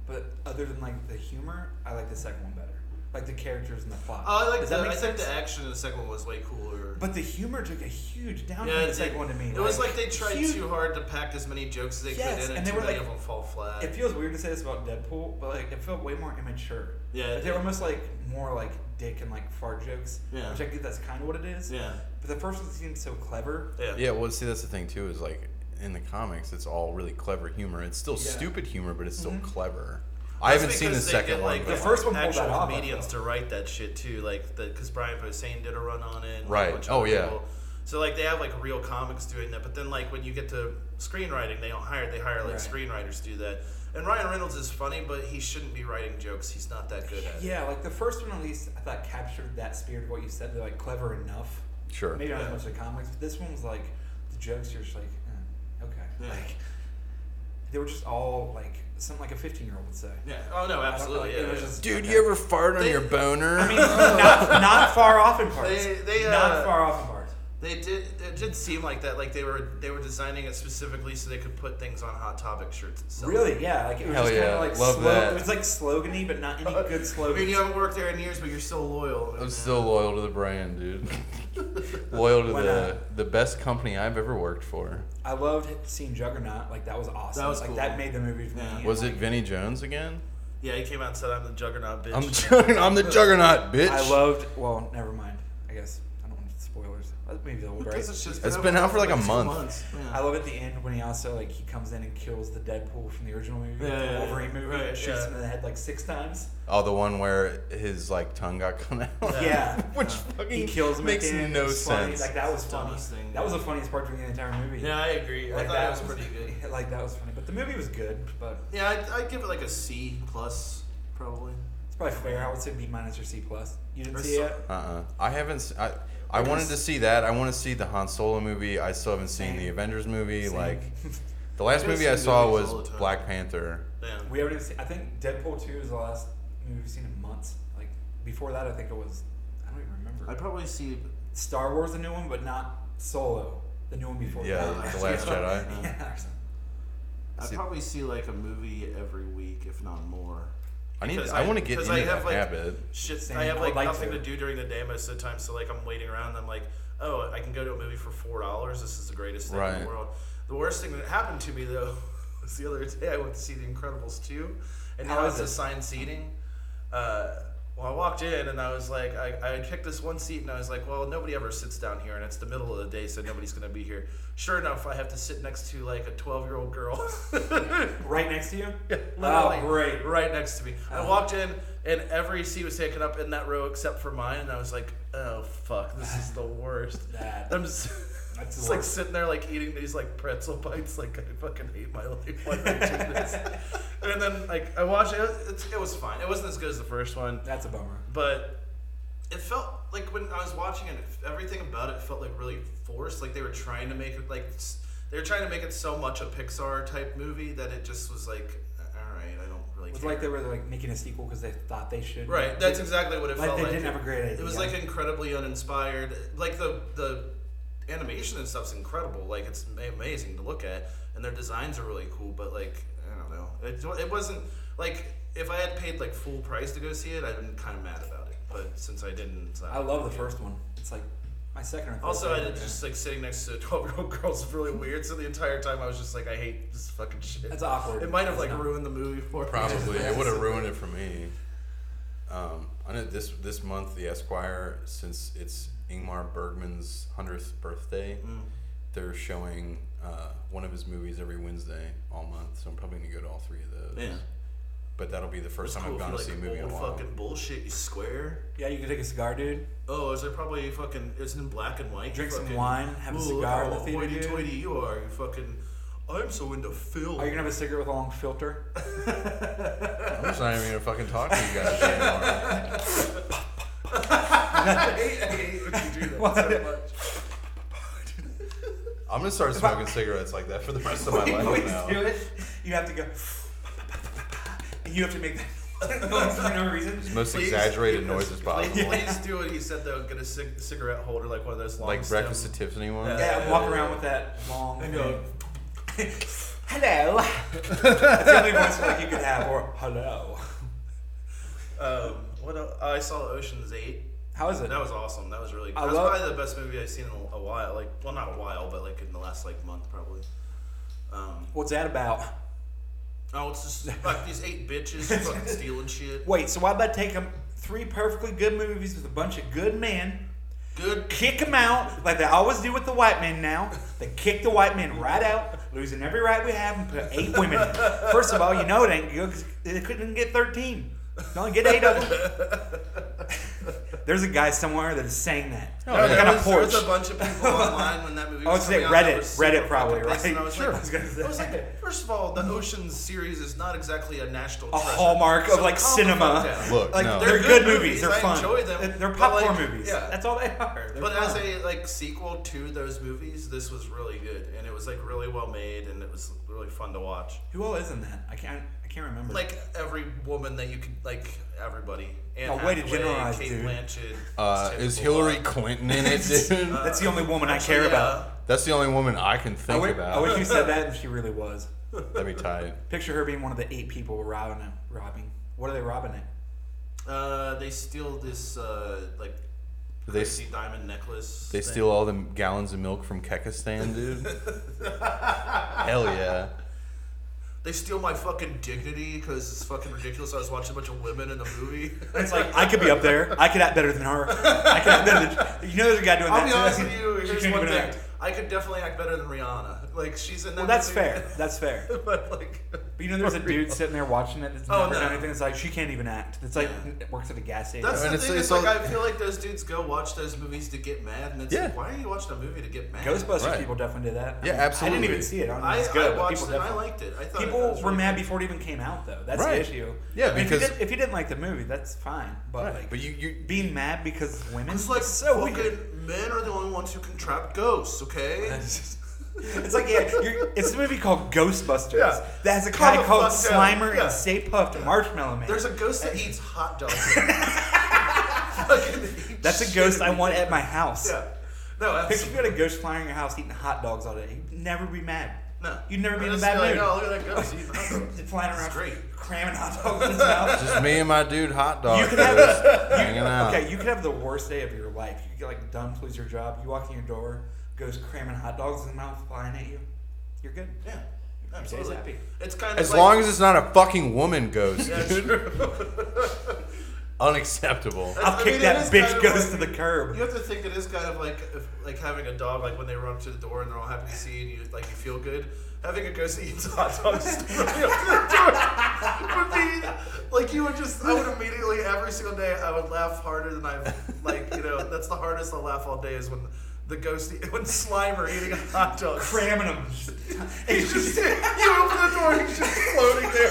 but other than like the humor, I like the second one better. like the characters and the plot. Oh, I like Does the, that make I think sense? the action in the second one was way cooler. But the humor took a huge down yeah, from the it- second one to me. It was like they tried huge. too hard to pack as many jokes as they Yes, could in, and and they too were many like- of them fall flat. It feels weird to say this about Deadpool, but like it felt way more immature. Yeah, like, they it- were almost like more like dick and like fart jokes. Yeah. which I get that's kind of what it is. Yeah. but the first one seemed so clever. yeah. Yeah, well, see, that's the thing too. Is like in the comics, it's all really clever humor. It's still Yeah. Mm-hmm. stupid humor, but it's still clever. I haven't seen the because they second get, one. Like, but- The first one pulled actual that off, I comedians thought. to write that shit too, like because Brian Posehn did a run on it. and a Right. bunch of Oh, yeah. people. So like they have like real comics doing that, but then like when you get to screenwriting, they don't hire they hire like Right. screenwriters to do that. And Ryan Reynolds is funny, but he shouldn't be writing jokes. He's not that good at it. Yeah, like the first one at least I thought captured that spirit of what you said. They're like clever enough. sure. Maybe not as much as the comics, but this one was like the jokes. You're just like, eh, okay, like they were just all like something like a 15 year old would say. Yeah. Oh no, I don't know, absolutely. it yeah, was yeah. just- Dude, you ever fart on They- your boner? I mean, not, not far off in parts. They- they, not uh, far off in parts. They did. It did seem like that. Like they were they were designing it specifically so they could put things on Hot Topic shirts. And sell them. Really? Yeah. Like it was Hell just kind yeah, of like love slow, that. It was like slogany, but not any good I mean, you slogan. haven't worked there in years, but you're still loyal. I'm still loyal to the brand, dude. loyal to Why the the best company I've ever worked for. I loved seeing Juggernaut. Like that was awesome. That was like cool. that made the movie for me. Was Like, it Vinny Jones again? Yeah, he came out and said, "I'm the Juggernaut, bitch." I'm the juggernaut. I'm the juggernaut, bitch. I loved. Well, never mind. I guess I don't want spoilers. That's Maybe they'll Because right. this shit's It's been out for like a two month. months, I Yeah. love at the end when he also like he comes in and kills the Deadpool from the original movie, Yeah, the yeah, Wolverine yeah. movie, Right, and shoots yeah. him in the head like six times. Oh, the one where his like tongue got cut out. Yeah. Uh, Which fucking He kills him. at makes the end, no it's funny. sense. Like that was funny. dumbest thing, that was yeah. the funniest part during the entire movie. Yeah, I agree. I Like thought that that was pretty good. Like that was funny, but the movie was good. But Yeah, I'd, I'd give it like a C plus, probably. It's probably fair. I would say B minus or C plus. You didn't Or see so- it. Uh uh I haven't. s- I, I wanted to see that. I want to see the Han Solo movie. I still haven't seen Same. the Avengers movie. Same. Like, the last I movie see I saw movies all was the time. Black Panther. Yeah. We haven't even seen. I think Deadpool two is the last movie we've seen in months. Like before that, I think it was. I don't even remember. I'd probably see. Star Wars, the new one, but not Solo, the new one before Yeah, that. The Last Jedi. yeah, or something. I'd See- probably see like a movie every week, if not more. I need. Because I, want to get because into I that have, like, habit. Shit, Same. I have I like, would like nothing to. to. do during the day most of the time, so like I'm waiting around. And I'm like, oh, I can go to a movie for four dollars. This is the greatest thing in Right. the world. The worst thing that happened to me though was the other day I went to see The Incredibles two, and How now is it's it? assigned seating. Uh, well, I walked in and I was like, I, I picked this one seat and I was like, well, nobody ever sits down here and it's the middle of the day, so nobody's gonna be here. Sure enough, I have to sit next to like a 12 year old girl. Right next to you. Literally, Wow, great. Oh, right next to me. I Oh. walked in, and every seat was taken up in that row except for mine, and I was like, "Oh fuck, this is the worst." That- I'm just, That's the just, like worst. sitting there, like eating these like pretzel bites, like I fucking hate my life. Why did I do this? and then like I watched it. It, it was fine. It wasn't as good as the first one, That's a bummer. but it felt like when I was watching it, everything about it felt like really forced. Like they were trying to make it like s- they were trying to make it so much a Pixar type movie that it just was like, all right, I don't really. It was care." like they were like making a sequel because they thought they should. Right, that's exactly what it Like felt they like. didn't have a great idea. It was like incredibly uninspired. Like the the animation and stuff's incredible. Like it's ma- amazing to look at, and their designs are really cool. But like I don't know, it, wa- it wasn't like if I had paid like full price to go see it, I'd been kind of mad about it. But since I didn't, it's not- I love the first one. It's like my second or third. Also, I favorite, did yeah. just like sitting next to a twelve-year-old girl is really weird. So the entire time I was just like, I hate this fucking shit. That's awkward. It might have It's like not- ruined the movie for me. Probably it would have ruined it for me. Um, I know this this month the Esquire, since it's Ingmar Bergman's hundredth birthday, Mm. they're showing uh, one of his movies every Wednesday all month. So I'm probably gonna go to all three of those. Yeah. But that'll be the first time Cool, I've if gone you to see a like movie in a old while. fucking bullshit, you square. Yeah, you can take a cigar, dude. Oh, is it probably fucking? It's in black and white. Drink some fucking, wine, have a "Ooh, cigar in Look the how theater, dude." hoity-toity you are. You fucking. I'm so into film. Are you Oh, gonna have a cigarette with a long filter? I'm just not even gonna fucking talk to you guys anymore. I hate, I hate when you do that so much. I'm gonna start smoking cigarettes like that for the rest of my Please life now. do it. You have to go. and you have to make that noise for no reason. Most Please, exaggerated please, noises possible. Please, please do what he said though. Get a cig- cigarette holder, like one of those long. Like stem- breakfast at Tiffany one. Yeah, walk around with that long. And go, thing. hello. It's the only voice like you could have, or hello. Um, What el- I saw Ocean's Eight. How is it? That was awesome. That was really. Good. I That's love- probably the best movie I've seen in a- a while. Like, well, not a while, but like in the last like month probably. Um, What's that about? oh, it's just like these eight bitches fucking stealing shit. Wait, so why would I take 'em- three perfectly good movies with a bunch of good men, Good. kick them out like they always do with the white men now? They kick the white men right out, losing every right we have, and put eight women in. First of all, you know it ain't good 'cause they couldn't even get 13. They only get eight of them. There's a guy somewhere that is saying that. Oh, No, yeah. Like there, on a was, there was porch. a bunch of people online when that movie. I would was say coming out Reddit. that were super Reddit probably, fucking pissed, right? and I was Sure, like, I was gonna say. I was like, first of all, the Ocean's series is not exactly a national A treasure. hallmark of So like calm the cinema. fuck down. Look, like no. they're, good movies. They're I fun. enjoy them, They're but, popcorn like, movies. yeah. That's all they are. They're But fun. as a like sequel to those movies, this was really good, and it was like really well made, and it was really fun to watch. Who all is in that? I can't. I can't remember. Like every woman that you could like, everybody. Anne Oh, way to Hathaway, generalize, Kate dude. Blanchett. Uh, Sandra is Bullock. Hillary Clinton in it, dude? Uh, that's the only woman I Actually, care yeah. about. That's the only woman I can I think wish, I about. wish you said that, and she really was. That'd be tight. Picture her being one of the eight people we're robbing. Him. Robbing. What are they robbing? At? Uh, they steal this uh like They s- crazy diamond necklace. They thing. steal all the gallons of milk from Kekistan, dude. Hell yeah. They steal my fucking dignity because it's fucking ridiculous. I was watching a bunch of women in the movie. It's like I could be up there. I could act better than her. I could act better than. You know, there's a guy doing that. I'll be too. honest with you. She Here's can't one even thing: act. I could definitely act better than Rihanna. Like she's in that. Well, that's movie. fair. That's fair. but like, But you know, there's a dude sitting there watching it that's Oh, never no. done anything. It's like she can't even act. It's like works at a gas station. that's I mean, the it's- thing. it's It's like all- I feel like those dudes go watch those movies to get mad, and it's Yeah. like, why are you watching a movie to get mad? Ghostbusters Right. people definitely did that. I Yeah, mean, I absolutely. didn't even see it. I don't know. if I, It's good. I but watched people it. and I definitely- liked it. I thought People it was were really mad good. before it even came out, though. That's Right. the issue. Yeah, I mean, because- if you, did, not like the movie, that's fine. But Right, like, but you- you- being mad because of women, It's like is so fucking weird. men are the only ones who can trap ghosts. Okay. It's like yeah, you're, it's a movie called Ghostbusters Yeah. that has a Calm guy the called fuck down. Slimer Yeah. and Stay Puffed Marshmallow Man. There's a ghost that eats hot dogs. Fucking eats that's a shit. ghost I want at my house. Yeah. No, Picture absolutely. you got a ghost flying in your house eating hot dogs all day. You'd never be mad. No. You'd never be I'd in a just bad like, mood. Oh, look at that ghost. He's hot dogs." Flying around, It's great. cramming hot dogs in his mouth. Just me and my dude hot dog. You could have just hanging out. Okay, you could have the worst day of your life. You get like done, lose your job. You walk in your door, goes cramming hot dogs in his mouth, flying at you. You're good. Yeah, happy. absolutely. It's kind of As like- long as it's not a fucking woman ghost, Yeah, dude. Unacceptable. I I'll mean, kick it that is bitch kind of goes like- to the curb. You have to think it is kind of like if, like having a dog, like when they run up to the door and they're all happy to see you, and you like you feel good. Having a ghost that eats hot dogs running up to the door would be like you would just. I would immediately every single day I would laugh harder than I've like you know that's the hardest I'll laugh all day is when the ghost eat, when Slimer eating a hot dog. Cramming them. He's just you open the door, he's just floating there.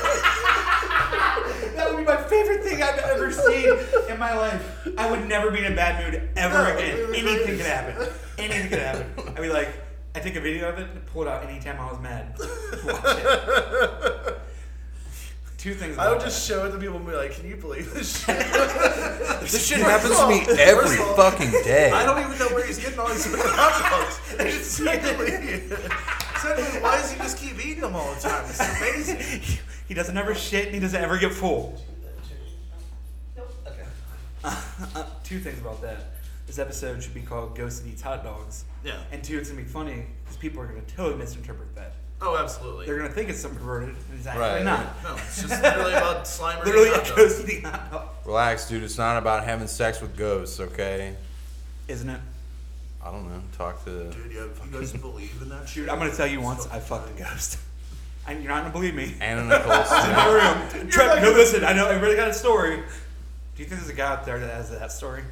that would be my favorite thing I've ever seen in my life. I would never be in a bad mood ever No, again. it was Anything great. could happen. Anything could happen. I'd be like, I take a video of it and pull it out anytime I was mad. Watch it. Two things. I would about just show it to people and be like, "Can you believe this shit?" This shit First happens of to me all- every first of all, fucking day. I don't even know where he's getting all these hot dogs. Secondly, secondly, why does he just keep eating them all the time? It's amazing. He- He doesn't ever shit and he doesn't ever get full. Uh, two things about that. This episode should be called Ghost That Eats Hot Dogs. Yeah. And two, it's going to be funny because people are going to totally misinterpret that. Oh, absolutely. They're going to think it's some perverted and it's actually Right. not. no, it's just literally about Slimer. Literally and a hot dogs. ghost eating hot dogs. Relax, dude. It's not about having sex with ghosts, okay? Isn't it? I don't know. Talk to. Dude, you, you guys believe in that shit? Dude, I'm going to tell you once I fucked a ghost. And you're not going to believe me. Anna Nicole In my Smith. room. Trevor, no, listen, I know everybody got a story. Do you think there's a guy out there that has that story?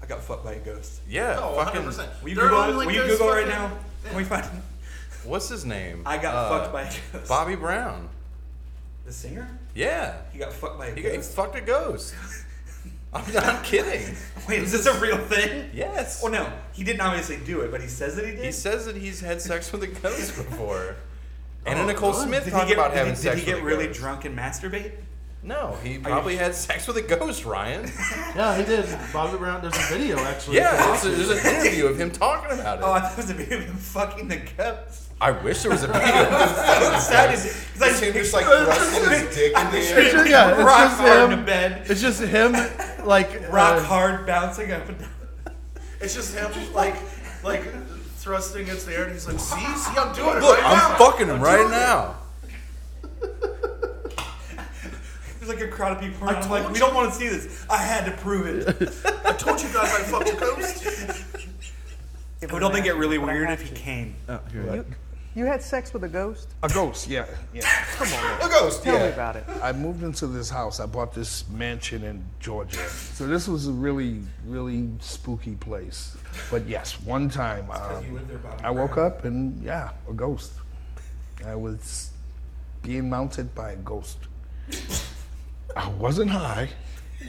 I got fucked by a ghost. Yeah, Oh, fucking. 100%. Will you There are Google, only, like, will you those Google right fucking- now? Can we find What's his name? I got Uh, fucked by a ghost. Bobby Brown. The singer? Yeah. He got fucked by a He, got, he ghost. fucked a ghost. I'm not kidding. Wait, is this a real thing? Yes. Well, no, he didn't obviously do it, but he says that he did. He says that he's had sex with a ghost before. Anna Oh, Nicole really? Smith did talked he get, about did, having he, sex did he get with a really ghost. drunk and masturbate? No, he probably had sex with a ghost, Ryan. Yeah, he did. Bobby Brown. There's a video actually. yeah, it's a, there's an interview of him talking about it. Oh, I thought it was a video of him fucking the ghost. I wish there was a video. I'm excited. 'cause I Him just just like thrusting his dick in the air. yeah, it's rock just hard in him. the bed. It's just him like Rock uh, hard, bouncing up and down. It's just him like like thrusting against the air, and he's like, "See, see, I'm doing it Look, right now." I'm fucking him right now. There's like a crowd of people I around. I'm like, told we you. don't want to see this. I had to prove it. I told you guys I fucked a ghost. it would only get really But I weird have if he to. came. You had sex with a ghost? A ghost, yeah, yeah. Come on. A ghost. Tell yeah. me about it. I moved into this house. I bought this mansion in Georgia. So this was a really, really spooky place. But yes, one time um, I woke up and yeah, a ghost. I was being mounted by a ghost. I wasn't high.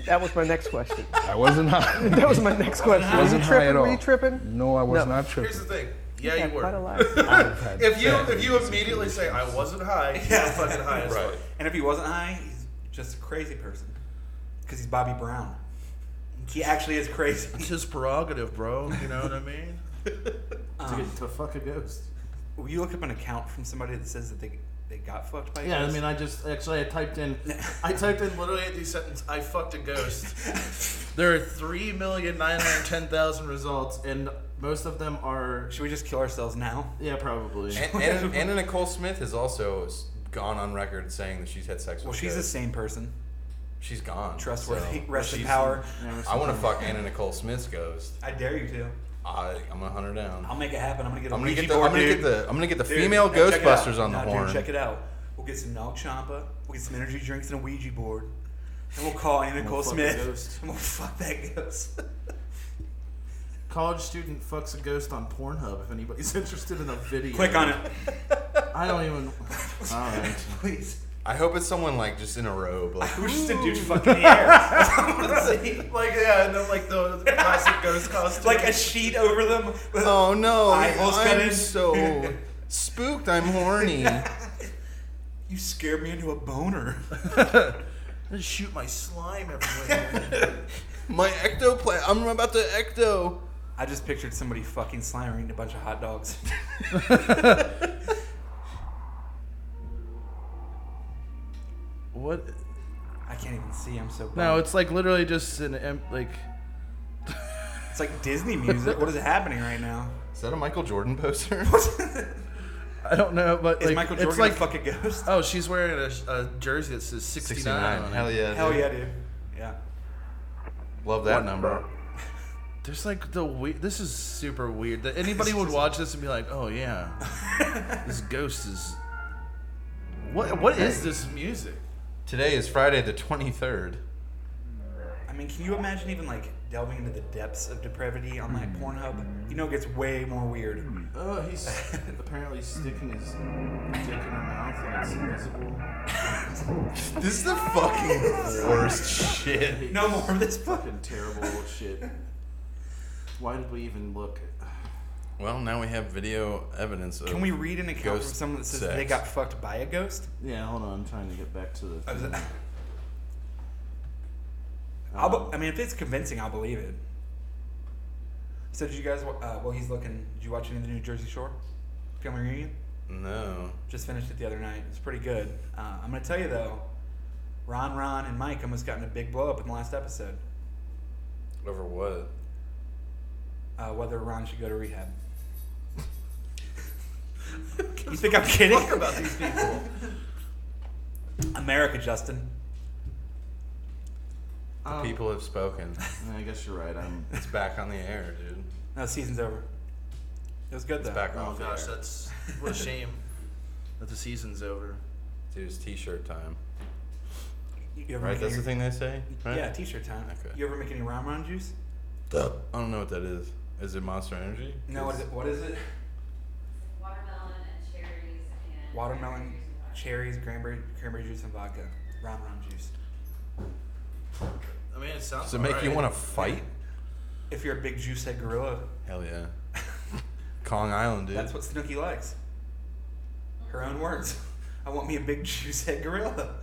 That was my next question. I wasn't high. That was my next question. Were you wasn't high tripping? at all. Were you tripping? No, I was No. not tripping. Here's the thing. Yeah, Had you Quite a were. lot. If you if you immediately say I wasn't high, you're fucking high as fuck. And if he wasn't high, he's just a crazy person. Because he's Bobby Brown. He actually is crazy. It's his prerogative, bro. You know what I mean? Dude, to fuck a ghost. Will you look up an account from somebody that says that they, they got fucked by a Yeah, I ghost? mean, I just actually I typed in. I typed in literally at the sentence, "I fucked a ghost." There are three million nine hundred ten thousand results. results, and most of them are Should we just kill ourselves now? yeah, probably. And, and, Anna Nicole Smith has also s- gone on record saying that she's had sex with. Well, a she's the ghost. same person. she's gone. Trustworthy. so- Rest in she's- power. I want to fuck Anna Nicole Smith's ghost. I dare you to. I, I'm gonna hunt her down. I'll make it happen. I'm gonna get a I'm gonna Ouija get the. board, I'm gonna dude. get the. I'm gonna get the Dude, female now check it out. Ghostbusters on the Now, dude, horn. check it out. We'll get some Nog Champa. We'll get some energy drinks and a Ouija board. And we'll call Anna Nicole fuck a Smith. ghost. And we'll fuck that ghost. College student fucks a ghost on Pornhub. If anybody's interested in a video, uh, Click on it, I don't even. All right. please. I hope it's someone like just in a robe. Like, We're just a dude fucking the air. Like yeah, and then like the the classic ghost costume. like a sheet over them. with- oh no! Eyeballs cut I'm in. so spooked. I'm horny. You scared me into a boner. I just shoot my slime everywhere. My ectoplasm. I'm about to ecto. I just pictured somebody fucking Slimer eating a bunch of hot dogs. what? I can't even see. I'm so. No, bummed. it's like literally just an em- like. It's like Disney music. what is happening right now? Is that a Michael Jordan poster? I don't know, but Is like Michael it's Jordan like a fucking ghost? oh, she's wearing a, a jersey that says sixty nine. Hell yeah! Hell dude. yeah, dude. Yeah. Love that number. There's like the we- this is super weird that anybody would watch this and be like, oh yeah, this ghost is. What what is this music? Today is Friday the 23rd. I mean, can you imagine even like delving into the depths of depravity on like Hmm. Pornhub? You know, it gets way more weird. Oh, he's apparently sticking his dick in her mouth and it's invisible. This is the fucking worst shit. No more of this book. Fucking terrible old shit. Why did we even look? Well, now we have video evidence of. Can we read an account from Ghost someone that says sex. they got fucked by a ghost? Yeah, hold on. I'm trying to get back to the. I, was, Hmm. thing. I'll be, I mean, if it's convincing, I'll believe it. So, did you guys? wa- Uh, well, he's looking. Did you watch any of the New Jersey Shore family reunion? No. Just finished it the other night. It's pretty good. Uh, I'm gonna tell you though, Ron, Ron, and Mike almost got in a big blow up in the last episode. Over what? uh, whether Ron should go to rehab. you think I'm kidding about these people? America, Justin. The Oh. people have spoken. Oh, I guess you're right. I'm. It's back on the air, dude. No, season's over. It was good though. Back Oh off the gosh, air. that's what a shame that the season's over. Dude, it's t-shirt time. You you ever Right? make That's any- the thing they say? Right? Yeah, t-shirt time. Okay. You ever make any Ron Ron juice? Duh. I don't know what that is. Is it Monster Energy? No. What is it? What is it? Watermelon and cherries and Watermelon, cherries, cranberry, cranberry juice, and vodka. Ron Ron juice. I mean, it sounds. Does it make you alright. want to fight? If you're a big juice head gorilla, Hell yeah. Kong Island, dude. that's what Snooki likes. Her own words. I want me a big juice head gorilla.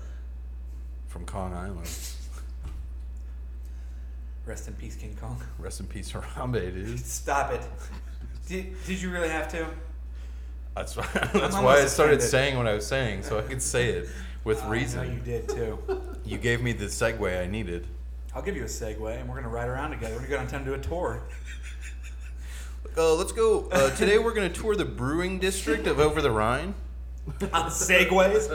From Kong Island. Rest in peace, King Kong. Rest in peace, Harambe, dude. Stop it. Did, did you really have to? That's why, that's I'm why I almost started offended. saying what I was saying, so I could say it with Oh, I know reason. you did too. You gave me the segue I needed. I'll give you a segue, and we're gonna ride around together. We're gonna go downtown and do a tour. Uh, let's go. Uh, today we're going to tour the brewing district of Over the Rhine. on segways,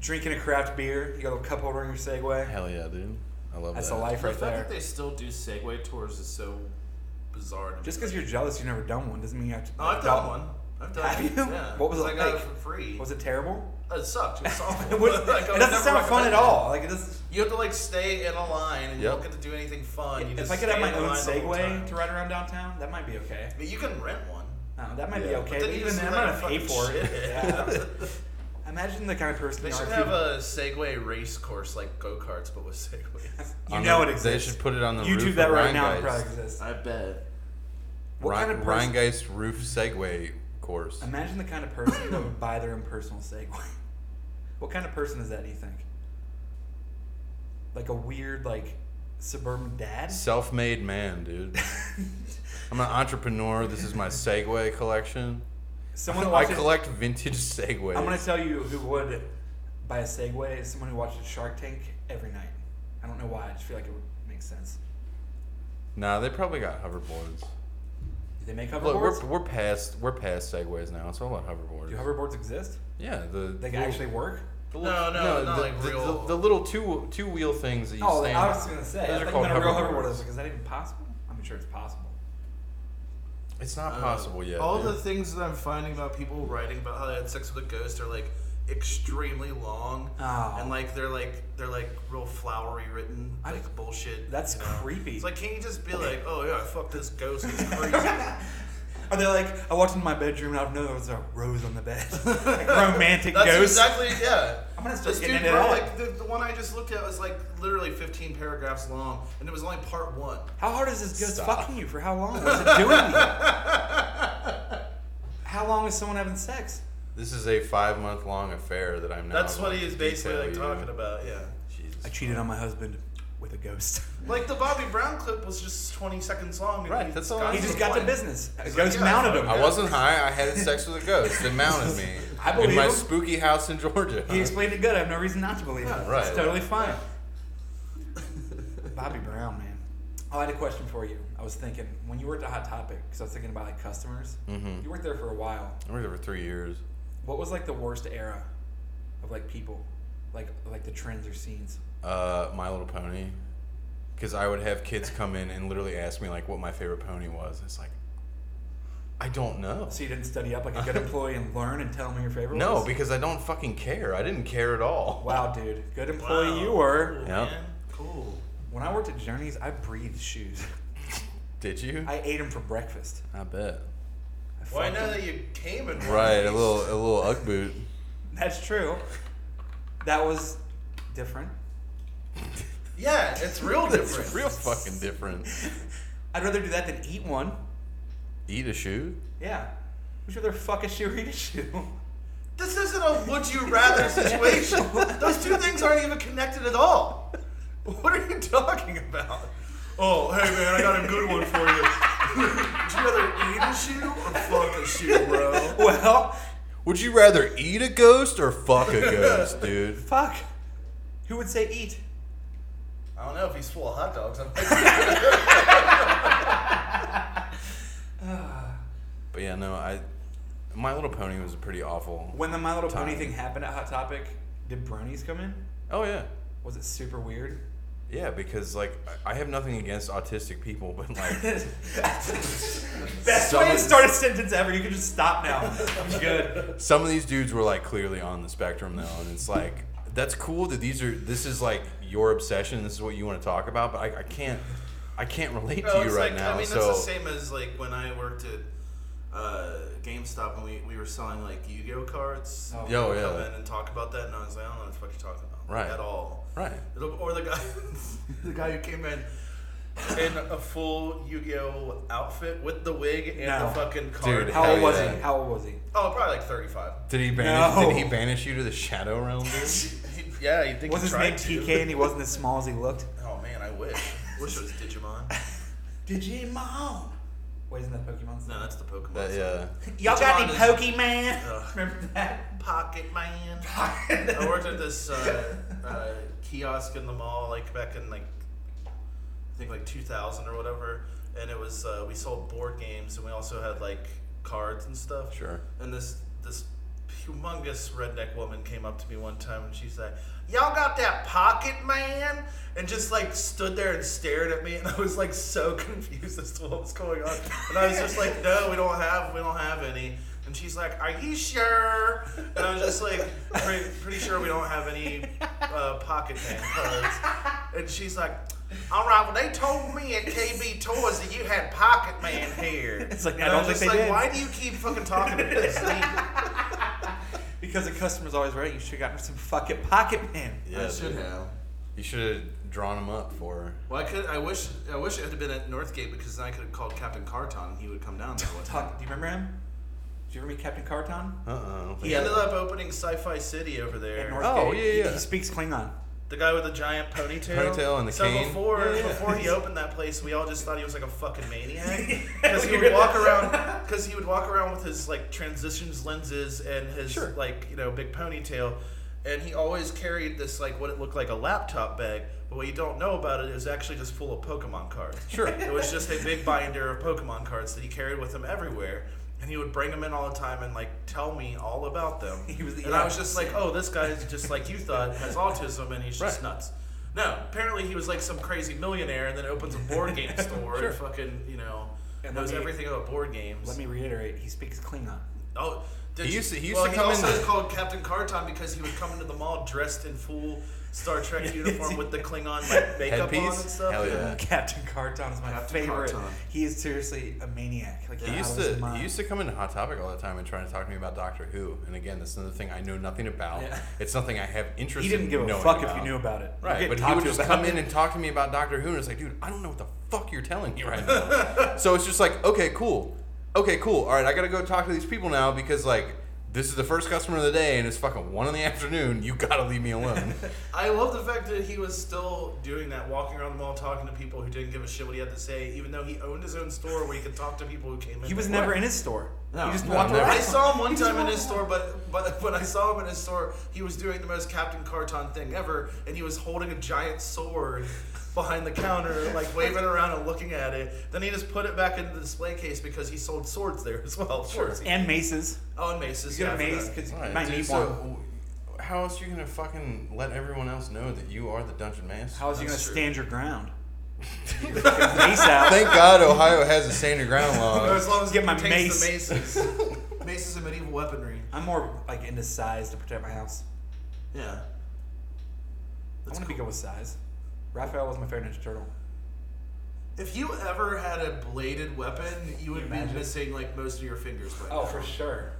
drinking a craft beer. You got a little cup holder in your Segway. Hell yeah, dude. I love That's that. a life The right fact there. that they still do Segway tours is so bizarre. To me. Just because you're jealous, you've never done one doesn't mean you have to. Oh, I've done one. I've done. Have you? Yeah. What was it I got it like? for free. Was it terrible? It sucked. It was awful. It wouldn't- Oh. Like, I it would doesn't never sound fun recommend at all. Like, it doesn't- You have to like stay in a line, and you Yep. don't get to do anything fun. You if just I could have stay my in the own line the whole time. Segway to ride around downtown, that might be okay. But you can rent one. Oh, that might be Yeah. okay. But But then you even just then, I'm look gonna like pay fucking for it. shit. Yeah. Imagine the kind of person They you are should if have you- a Segway race course like go karts, but with Segways. You On know the- it exists. They should put it on the YouTube roof. of that right Rheingeist. now. It probably exists. I bet. What Rhine- kind of person? Rheingeist roof Segway course. Imagine the kind of person that would buy their own personal Segway. What kind of person is that? Do you think? Like a weird, like suburban dad. Self-made man, dude. I'm an entrepreneur. This is my Segway collection. Someone I watches- collect vintage Segways. I'm gonna tell you who would buy a Segway is someone who watches Shark Tank every night. I don't know why. I just feel like it would make sense. Nah, they probably got hoverboards. Do they make hoverboards? Look, we're, we're past we're past Segways now. It's all about hoverboards. Do hoverboards exist? yeah, the They the actually work? The No, no, not the, like the- real- the, the little two two wheel things that you Oh, stand. I was gonna say. those I are thought you called meant a real hoverboard. I hoverboards. was like, is that even possible? I'm sure it's possible. It's not Uh, possible yet. All dude. the things that I'm finding about people writing about how they had sex with a ghost are like extremely long Oh. and like they're like they're like real flowery written I- like bullshit That's you know? creepy. it's like can you just be like oh yeah i fucked this ghost it's crazy Are they like, I walked into my bedroom and I've known there was a rose on the bed. like romantic that's ghost. exactly yeah I'm gonna start this getting dude into wrote, that. like the, the one i just looked at was like literally 15 paragraphs long and it was only part one How hard is this ghost Stop. fucking you for how long? What's it doing to you? How long is someone having sex? This is a five month long affair that I'm now. that's what going he is to basically like detail you. talking about yeah Jesus. I cheated on my husband with a ghost. like the bobby brown clip was just 20 seconds long and Right, he that's all got I he to just the got to point. business. A He's like, ghost yeah, mounted him. I wasn't high. I had sex with a ghost that mounted me I in believe my him. spooky house in Georgia. He explained it good. I have no reason not to believe it. right. It's totally fine. Bobby Brown, man. Oh, I had a question for you. I was thinking when you worked at Hot Topic, because I was thinking about like customers. Mhm. You worked there for a while. I worked there for three years. What was like the worst era of like people, like like the trends or scenes? Uh, My Little Pony, because I would have kids come in and literally ask me like what my favorite pony was. It's like, I don't know. So you didn't study up like a good employee and learn and tell them your favorite. No, was? because I don't fucking care. I didn't care at all. wow, dude, good employee Wow. you were. Cool, Yeah. man. cool When I worked at Journeys, I breathed shoes. Did you? I ate them for breakfast. I bet. I Why fucked now 'em. that you came in? Right, a little, a little UGG boot. That's true. That was different. Yeah, it's real different. It's real fucking different. I'd rather do that than eat one. Eat a shoe. Yeah. Would you rather fuck a shoe or eat a shoe? This isn't a would you rather situation. Those two things aren't even connected at all. What are you talking about? Oh, hey man, I got a good one for you. Would you rather eat a shoe or fuck a shoe, bro? well, Would you rather eat a ghost or fuck a ghost, dude? fuck. Who would say eat? I don't know if he's full of hot dogs. I'm like, But yeah, no, I. My Little Pony was pretty awful. When the My Little Pony Time. thing happened at Hot Topic, did brownies come in? Oh yeah, Was it super weird? yeah, because like I I have nothing against autistic people, but like Best way to start a sentence ever. You can just stop now. I'm good. some of these dudes were like clearly on the spectrum though, and it's like that's cool that these are this is like your obsession. This is what you want to talk about, but I, I can't. I can't relate bro, to you it's right like, now. I mean, so that's the same as like when I worked at uh, GameStop and we, we were selling like Yu-Gi-Oh cards. Oh. Yo, We'd Come yeah. in and talk about that, and I was like, I don't know what the fuck you're talking about. Right. At all. right. It'll- Or the guy, the guy who came in in a full Yu-Gi-Oh outfit with the wig and No. the fucking card. Dude, How Hell old was yeah. he? How old was he? Oh, probably like thirty-five. Did he banish? No. Did he banish you to the shadow realm? Dude? He- yeah, you think Was he his name tried to? TK and he wasn't as small as he looked? Oh man, I wish. wish it was Digimon. Digimon. Wait, isn't that Pokemon's No, name? that's the Pokemon. That, song. yeah. Y'all got any Digimon Pokemon? Ugh. Remember that? Pocket Man. I worked at this uh, uh, kiosk in the mall, like back in like I think like 2000 or whatever, and it was uh, we sold board games and we also had like cards and stuff. Sure. And this this humongous redneck woman came up to me one time and she's like, "Y'all got that pocket man?" And just like stood there and stared at me, and I was like so confused as to what was going on. And I was just like, "No, we don't have we don't have any." And she's like, "Are you sure?" And I was just like, "Pretty, pretty sure we don't have any uh, pocket man cards." And she's like, "All right, well they told me at KB Toys that you had Pocket Man here." It's like, And I don't was think just they like, Why did. do you keep fucking talking to this? Because the customer's always right. You should have gotten some fucking pocket man. I should dude. have. You should have drawn him up for. Well, I could. I wish. I wish it had been at Northgate because then I could have called Captain Carton and he would come down there. With me. Talk, do you remember him? Do you remember Captain Carton? Uh uh He ended up opening Sci-Fi City over there. Northgate. Oh, yeah, He- yeah. He, speaks Klingon. The guy with the giant ponytail. Ponytail and the so cane. before Yeah, yeah. before he opened that place, we all just thought he was like a fucking maniac because he would walk around because he would walk around with his like transitions lenses and his like you know big ponytail, and he always carried this like what it looked like a laptop bag. But what you don't know about it is actually just full of Pokemon cards. Sure. it was just a big binder of Pokemon cards that he carried with him everywhere. And he would bring them in all the time and like tell me all about them. He was the- and I was just like, oh, this guy's just like you thought has autism and he's just Right. nuts. No, apparently he was like some crazy millionaire and then opens a board game store Sure. and fucking, you know, And knows let me- everything about board games. Let me reiterate. He speaks Klingon. oh, did He you- used to- he used well, to come he also in- is called Captain Carton because he would come into the mall dressed in full Star Trek uniform with the Klingon like makeup on and Headpiece? stuff. Hell yeah. Uh, Captain Carton is my Captain favorite. Carton. He is seriously a maniac. Like He used out of his to mind. he used to come into Hot Topic all the time and try to talk to me about Doctor Who. And again, that's another thing I know nothing about. Yeah. It's something I have interest. He didn't in give a knowing fuck if about. you knew about it. You Right, couldn't but talk he would to just about come in it. and talk to me about Doctor Who, and it's like, dude, I don't know what the fuck you're telling me right now. so it's just like, okay, cool, okay, cool. All right, I gotta go talk to these people now because like this is the first customer of the day, and it's fucking one in the afternoon. You gotta leave me alone. I love the fact that he was still doing that, walking around the mall, talking to people who didn't give a shit what he had to say, even though he owned his own store where he could talk to people who came in. He was never in his store. No, he just no, walked never. around. I saw him one time in his store, but but when I saw him in his store, he was doing the most Captain Carton thing ever, and he was holding a giant sword behind the counter, like waving around and looking at it. Then he just put it back into the display case because he sold swords there as well. Of course. And maces. Oh, and maces. You get yeah, a I mace forgot. because you All right, might dude, need so one. w- how else you gonna fucking let everyone else know that you are the dungeon master? How is you gonna That's true. stand your ground? Get your fucking mace out. Thank God Ohio has a stand your ground Or law. as long as Get he my takes mace. The maces. maces are medieval weaponry. I'm more like into size to protect my house. Yeah. I want to be good with size. Raphael was my favorite Ninja Turtle. If you ever had a bladed weapon, you would be imagine? Oh, missing like most of your fingers by now. sure.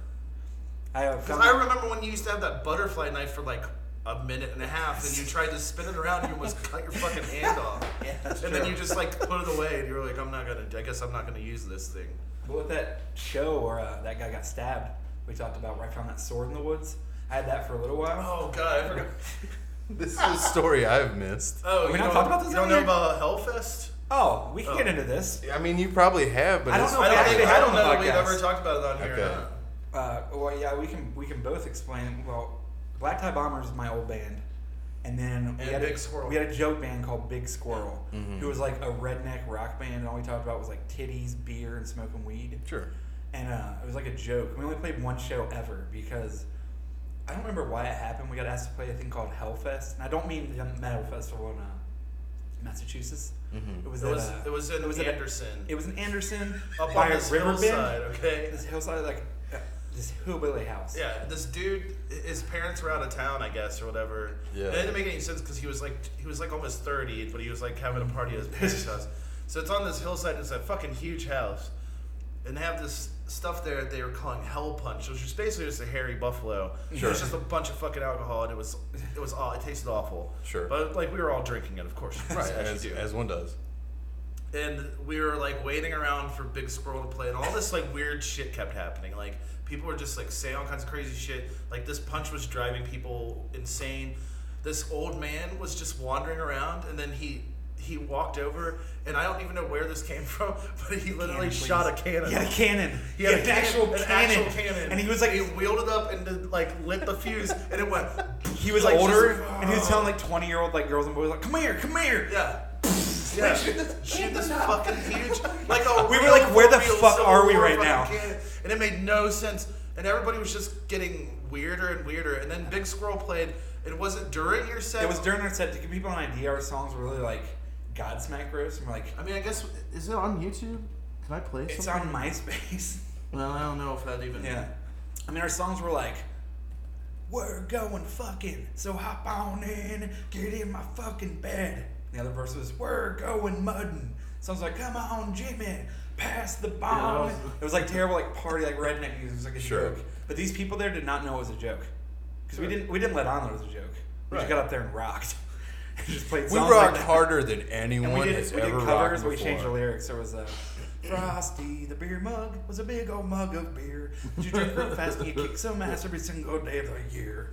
I uh, have. Because I remember when you used to have that butterfly knife for like a minute and a half, and you tried to spin it around, and you almost cut your fucking hand off. Yeah, and that's then true. you just like put it away, and you were like, "I'm not gonna. I guess I'm not gonna use this thing." What with that show where uh, that guy got stabbed? We talked about where I found that sword in the woods. I had that for a little while. Oh god, I forgot. This is a story I've missed. Oh, We you don't don't, talk about this you don't know anymore? about Hellfest? Oh, we can Oh. get into this. I mean, you probably have, but I don't it's- know I Yeah, don't they think have I on don't the know that we've podcast. ever talked about it on here. Okay. Or not. Uh, well, yeah, we can we can both explain. Well, Black Tie Bombers is my old band, and then we And had a, Big Squirrel. We had a joke band called Big Squirrel, who was like a redneck rock band, and all we talked about was like titties, beer, and smoking weed. Sure. And uh, it was like a joke. We only played one show ever because I don't remember why it happened. We got asked to play a thing called Hellfest, and I don't mean the metal festival in uh, Massachusetts. It was It at, was uh, it was in at a- Anderson. it was in Anderson up by on a this river bend. hillside, okay? This hillside, like uh, this hillbilly house. Yeah, this dude, his parents were out of town, I guess, or whatever. Yeah. And it didn't make any sense because he was like, he was like almost thirty, but he was like having a party at his parents' house. So it's on this hillside. and It's a fucking huge house, and they have this stuff there that they were calling Hell Punch, which is basically just a hairy buffalo. It was just a bunch of fucking alcohol, and it was, it was, aw- it tasted awful. Sure. But like we were all drinking it, of course. Right, as you do as, as one does. and we were like waiting around for Big Squirrel to play, and all this like weird shit kept happening. Like people were just like saying all kinds of crazy shit. Like this punch was driving people insane. This old man was just wandering around, and then he he walked over, and I don't even know where this came from, but he literally Cannon, please. shot a cannon. He had a cannon. He had, an a actual cannon, cannon. an actual cannon, And he was like, he wheeled it up and did, like lit the fuse, and it went. he was like, older, just- and he was telling like twenty year old like girls and boys like, come here, come here. yeah. Shit was fucking huge. Like a We were real like, where the real fuck Civil are we War right fucking now? kid. And it made no sense. And everybody was just getting weirder and weirder. And then Big Squirrel played. It wasn't during your set. It was during our set to give people an idea. Our songs were really like Godsmack riffs, and we're like, I mean, I guess is it on YouTube? Can I play? It's something? on MySpace. Well, I don't know if that even. Yeah. I mean, our songs were like, we're going fucking, so hop on in, get in my fucking bed. The other verse was, we're going muddin'. So I was like, come on, Jimmy, pass the bomb. Yeah, that was- it was like terrible, like party, like redneck music. It was like a Sure. joke. But these people there did not know it was a joke. Because we didn't we didn't let on that it was a joke. We just Right. got up there and rocked. And just played We songs like rocked that. harder than anyone And we did, has we did ever covers, rocked we changed the before. lyrics. There was a Frosty the beer mug was a big old mug of beer. that You drink real fast and you kick some ass every single day of the year.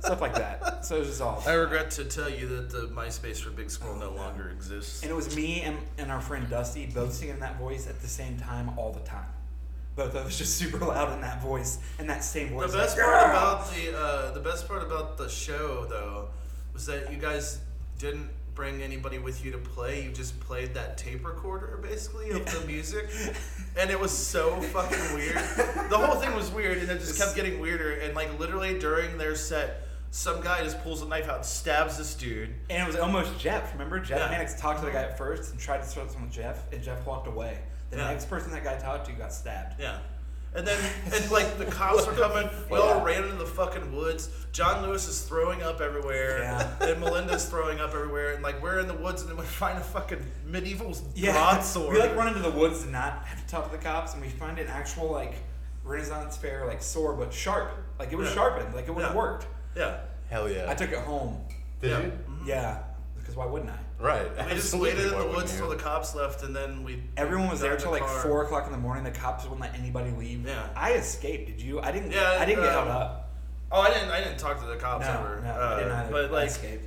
Stuff like that. So it was just all. I regret to tell you that the MySpace for Big Squirrel no longer exists. And it was me and, and our friend Dusty both singing that voice at the same time all the time. Both of us just super loud in that voice and that same The voice. best like, part "Yeah!" about the uh, the best part about the show though was that you guys didn't bring anybody with you to play. You just played that tape recorder basically of the music, and it was so fucking weird. The whole thing was weird, and it just kept getting weirder. And like literally during their set, some guy just pulls a knife out, and stabs this dude. And it was almost Jeff. Remember, Jeff Yeah. Mannix talked to the guy at first and tried to start something with Jeff, and Jeff walked away. The Yeah. next person that guy talked to got stabbed. Yeah. And then, and like the cops were coming. We all Yeah. ran into the fucking woods. John Lewis is throwing up everywhere, Yeah. and Melinda's throwing up everywhere. And like we're in the woods, and then we find a fucking medieval Yeah, broadsword. we like run into the woods and not have to talk to the cops, and we find an actual like Renaissance fair like sword, but sharp. Like it was Yeah. sharpened. Like it would have Yeah. worked. Yeah, Hell yeah. I took it home. Did yeah. you? Yeah, because why wouldn't I? Right. we just absolutely, waited in why the wouldn't woods you? till the cops left, and then we. Everyone was got there in till the like car. four o'clock in the morning. The cops wouldn't let anybody leave. Yeah. I escaped. Did you? I didn't. Yeah, I didn't get um, held up. Oh, I didn't. I didn't talk to the No, cops ever. no, uh, I didn't. Either. But I like, escaped.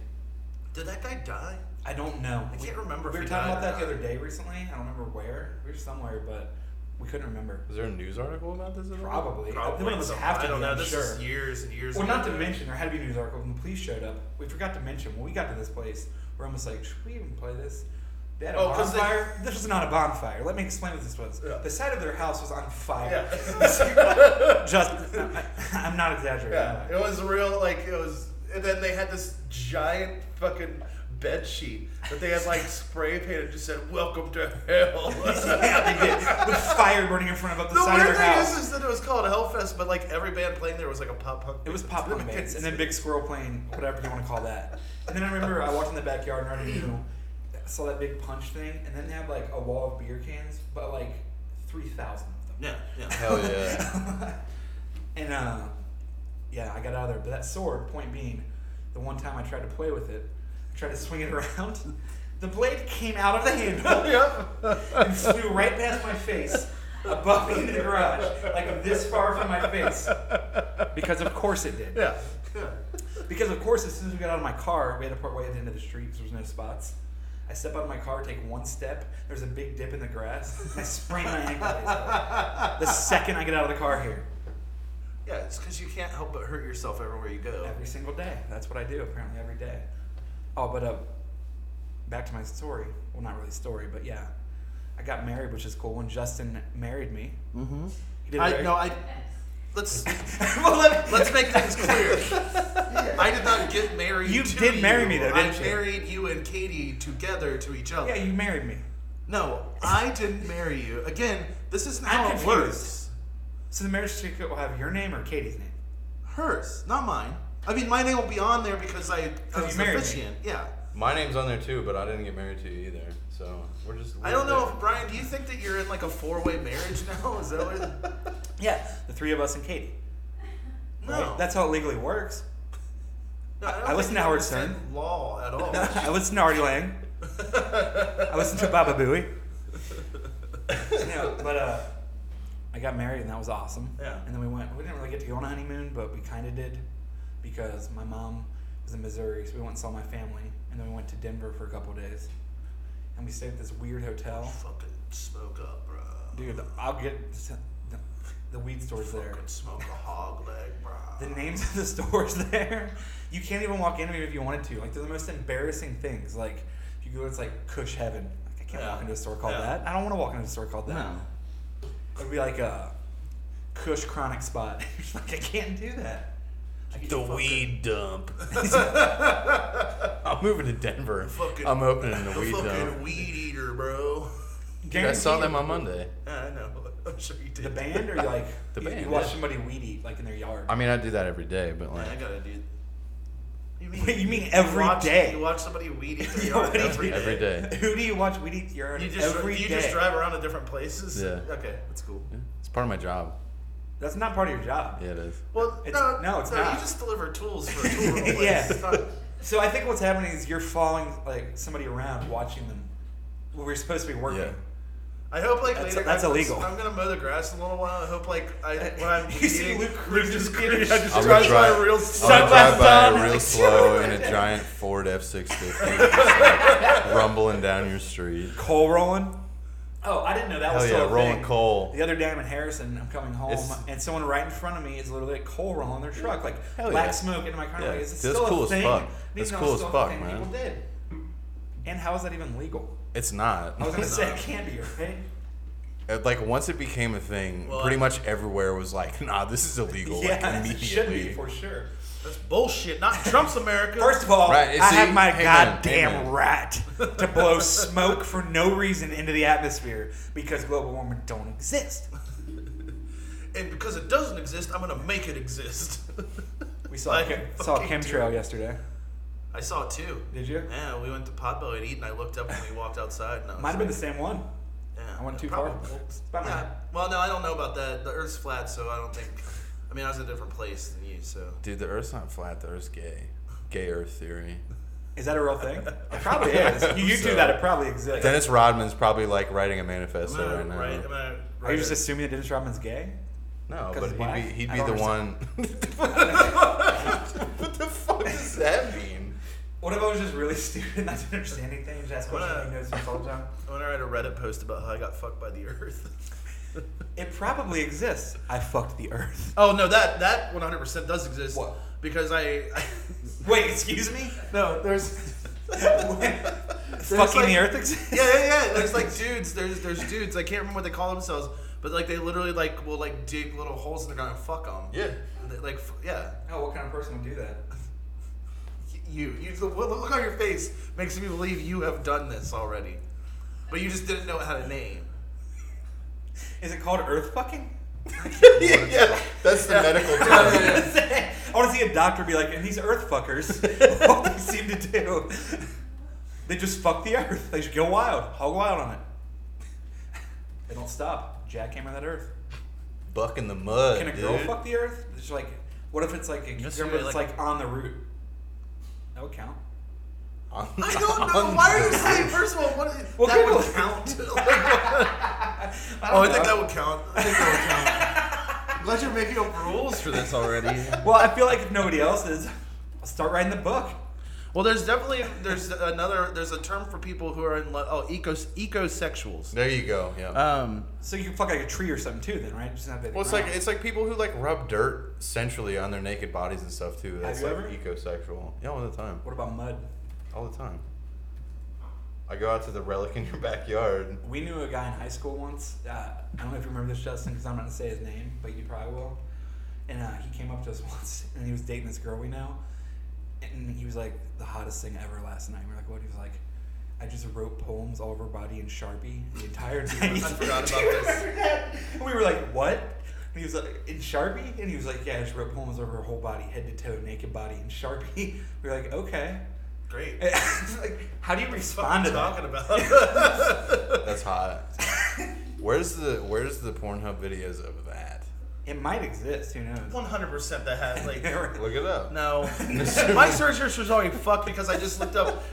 did that guy die? I don't know. I We- can't remember if We were he talking died about or that the not. other day recently. I don't remember where. We were somewhere, but we couldn't remember. Was there a news article about this? At all? Probably. Probably. It must some- have to I don't be, know. I'm this sure. is years and years. Well, ago. not to mention, there had to be a news article when the police showed up. We forgot to mention when we got to this place. We're almost like, should we even play this? They had a Oh, 'cause they- bonfire. This was not a bonfire. Let me explain what this was. Yeah. The side of their house was on fire. Yeah. Just, I, am not exaggerating. Yeah, it was real. Like it was, and then they had this giant fucking bed sheet that they had like spray painted. Just said "Welcome to Hell." yeah, they did. With fire burning in front of up the, the side of weird their thing house. is, is that it was called Hellfest, but like every band playing there was like a pop punk. It was pop punk bands, and then Big Squirrel playing whatever you want to call that. And then I remember I walked in the backyard and I already knew, I saw that big punch thing, and then they had like a wall of beer cans, but like three thousand of them. Yeah, yeah. Hell yeah. and uh, yeah, I got out of there. But that sword, point being, the one time I tried to play with it, I tried to swing it around. The blade came out of the handle and flew right past my face, above me in the garage, like this far from my face. Because of course it did. Yeah, yeah. Because of course, as soon as we got out of my car, we had to part way at the end of the street because there was no spots. I step out of my car, take one step. There's a big dip in the grass. And I sprain my ankle. basically. the second I get out of the car here, Yeah, it's because you can't help but hurt yourself everywhere you go. every single day. That's what I do apparently every day. Oh, but uh, back to my story. Well, not really story, but yeah, I got married, which is cool. When Justin married me, mm-hmm. he did I very- no, I Let's well, let me- let's make things clear. I did not get married. You to did marry me, though, I didn't you? married you and Katie together to each other. yeah, you married me. No, I didn't marry you. Again, this isn't I'm how it confused. works. So the marriage certificate will have your name or Katie's name. Hers, not mine. I mean, my name will be on there because I, I you was married me. officiant. Yeah. My name's on there too, but I didn't get married to you either. So we're just. I don't know if Brian. Do you think that you're in like a four-way marriage now? Is that what? Yeah, the three of us and Katie. No, That's how it legally works. no don't I listen think to you Howard understand Law at all? I listen to Artie Lang. I listen to Baba Booey. no, but uh, I got married and that was awesome. Yeah. And then we went. We didn't really get to go on a honeymoon, but we kind of did because my mom was in Missouri, so we went and saw my family, and then we went to Denver for a couple days, and we stayed at this weird hotel. fucking smoke up, bro. Dude, I'll get the, the weed stores there. Fucking smoke a hog leg, bro. the names of the stores there. You can't even walk in them if you wanted to. Like they're the most embarrassing things. Like if you you go, it's like Cush Heaven. Like, I can't Yeah. walk into a store called Yeah. that. I don't want to walk into a store called that. No. It'd be like a Cush Chronic Spot. It's like I can't do that. The weed dump. I'm moving to Denver. Fucking- I'm opening the the weed fucking dump. weed eater, bro. Dude, I saw them on Monday. Yeah, I know. I'm sure you did. The band or like The you, band, You watch yeah. somebody weed eat like in their yard. I mean, I do that every day, but I like, gotta do. You Wait, you mean every watch, day? You watch somebody weed eat their Yeah, yard what do you every do? day. every day. Who do you watch weed eat your yard You just every you day? just drive around to different places. Yeah. Okay, that's cool. Yeah, It's part of my job. That's not part of your job. Yeah, it is. Well, It's- no, no, it's You not. just deliver tools for a tool. place. Yeah. It's not- So I think what's happening is you're following like somebody around, watching them. Well, we're supposed to be working. Yeah. I hope like That's- later. that's I'm, illegal. I'm gonna mow the grass in a little while. I hope like I when I'm You see eating, Luke Cage Luke just Cage getting- just I'm drives gonna by drive, real I'm gonna drive sunglasses on, by like, real slow in a giant Ford F six fifty, rumbling down your street. Coal rolling. Oh, I didn't know that was Hell still yeah, a rolling thing. coal. The other day I'm in Harrison. I'm coming home, It's- and someone right in front of me is literally like coal rolling their truck, like Hell black yeah. smoke into my car. I'm Yeah, Like, is this that's still cool a as thing? fuck. I didn't That's know it cool was as still a fuck, thing man. People did. And how is that even legal? It's not. I was gonna say it can't be, right? Uh, Like once it became a thing, Well, pretty I- much everywhere was like, "Nah, this is illegal." yeah, like, it should be immediately. for sure. That's bullshit. Not Trump's America. First of all, Right, I see, have my hey man, hey goddamn man. right to blow smoke for no reason into the atmosphere because global warming don't exist. and because it doesn't exist, I'm gonna make it exist. We saw Like, a, saw a fucking chemtrail dude. yesterday. I saw it too. Did you? Yeah, we went to Potbelly to eat, and I looked up when we walked outside. And I was Might have been the like, same one. Yeah, I went too probably- far. well, It's about my yeah. head. Well, no, I don't know about that. The Earth's flat, so I don't think. I mean, I was in a different place than you, so. Dude, the Earth's not flat. The Earth's gay. Gay Earth theory. Is that a real thing? It probably is. You, you do So- that, it probably exists. Dennis Rodman's probably like writing a Am manifesto I right now. right? Am I Are you right? just assuming that Dennis Rodman's gay? No, 'Cause but he's he'd black? be he'd I be don't the understand. one. what the fuck does that mean? What if I was just really stupid and not to understand anything? Just ask questions he knows from all the time? I want to write a Reddit post about how I got fucked by the Earth. It probably exists. I fucked the earth. oh no, that that 100% does exist. What? Because I, I Wait, excuse me? No, there's Fucking like- the earth exists? yeah, yeah, yeah. There's like dudes. There's there's dudes. I can't remember what they call themselves, but like they literally like will like dig little holes in the ground and fuck them. Yeah. Like f- yeah. Oh, what kind of person would do that? You, you the look look on your face makes me believe you have done this already, but you just didn't know how to name. Is it called earth fucking? yeah, yeah, that's the medical term. I want to see a doctor be like, and these earth fuckers, what they seem to do, they just fuck the earth. They just go wild, hog wild on it. They don't stop. Jackhammer that earth. Buck in the mud, Can a dude. girl fuck the earth? It's like, what if it's like a Just remember really it's like- like, on the route? That would count. I don't know. Why are you saying? First of all, what is, Well, that would Google it. count? oh, I think that would count. I think that would count. I'm glad you're making up rules for this already. Well, I feel like if nobody else is, I'll start writing the book. Well, there's definitely there's another there's a term for people who are in love. Oh, ecos ecosexuals. There you go. Yeah. Um, So you can fuck like a tree or something too, then, right? Just not that. well, it's like it's like people who like rub dirt centrally on their naked bodies and stuff too. That's you like ever? ecosexual. Yeah, all the time. What about mud? All the time. I go out to the relic in your backyard. We knew a guy in high school once. Uh, I don't know if you remember this, Justin, because I'm not gonna say his name, but you probably will. And uh, he came up to us once, and he was dating this girl we know, and he was like the hottest thing ever last night. And we're like, what? He was like, I just wrote poems all over her body in Sharpie the entire night. I forgot about Do you this. remember that? And we were like, what? And he was like, in Sharpie? And he was like, yeah, I just wrote poems over her whole body, head to toe, naked body in Sharpie. We were like, okay. great. like, how do you respond to that? talking about. That's hot. Where's the Where's the Pornhub videos of that? It might exist. Who knows? One hundred percent that has like. Look it up. No, my search history was already fucked because I just looked up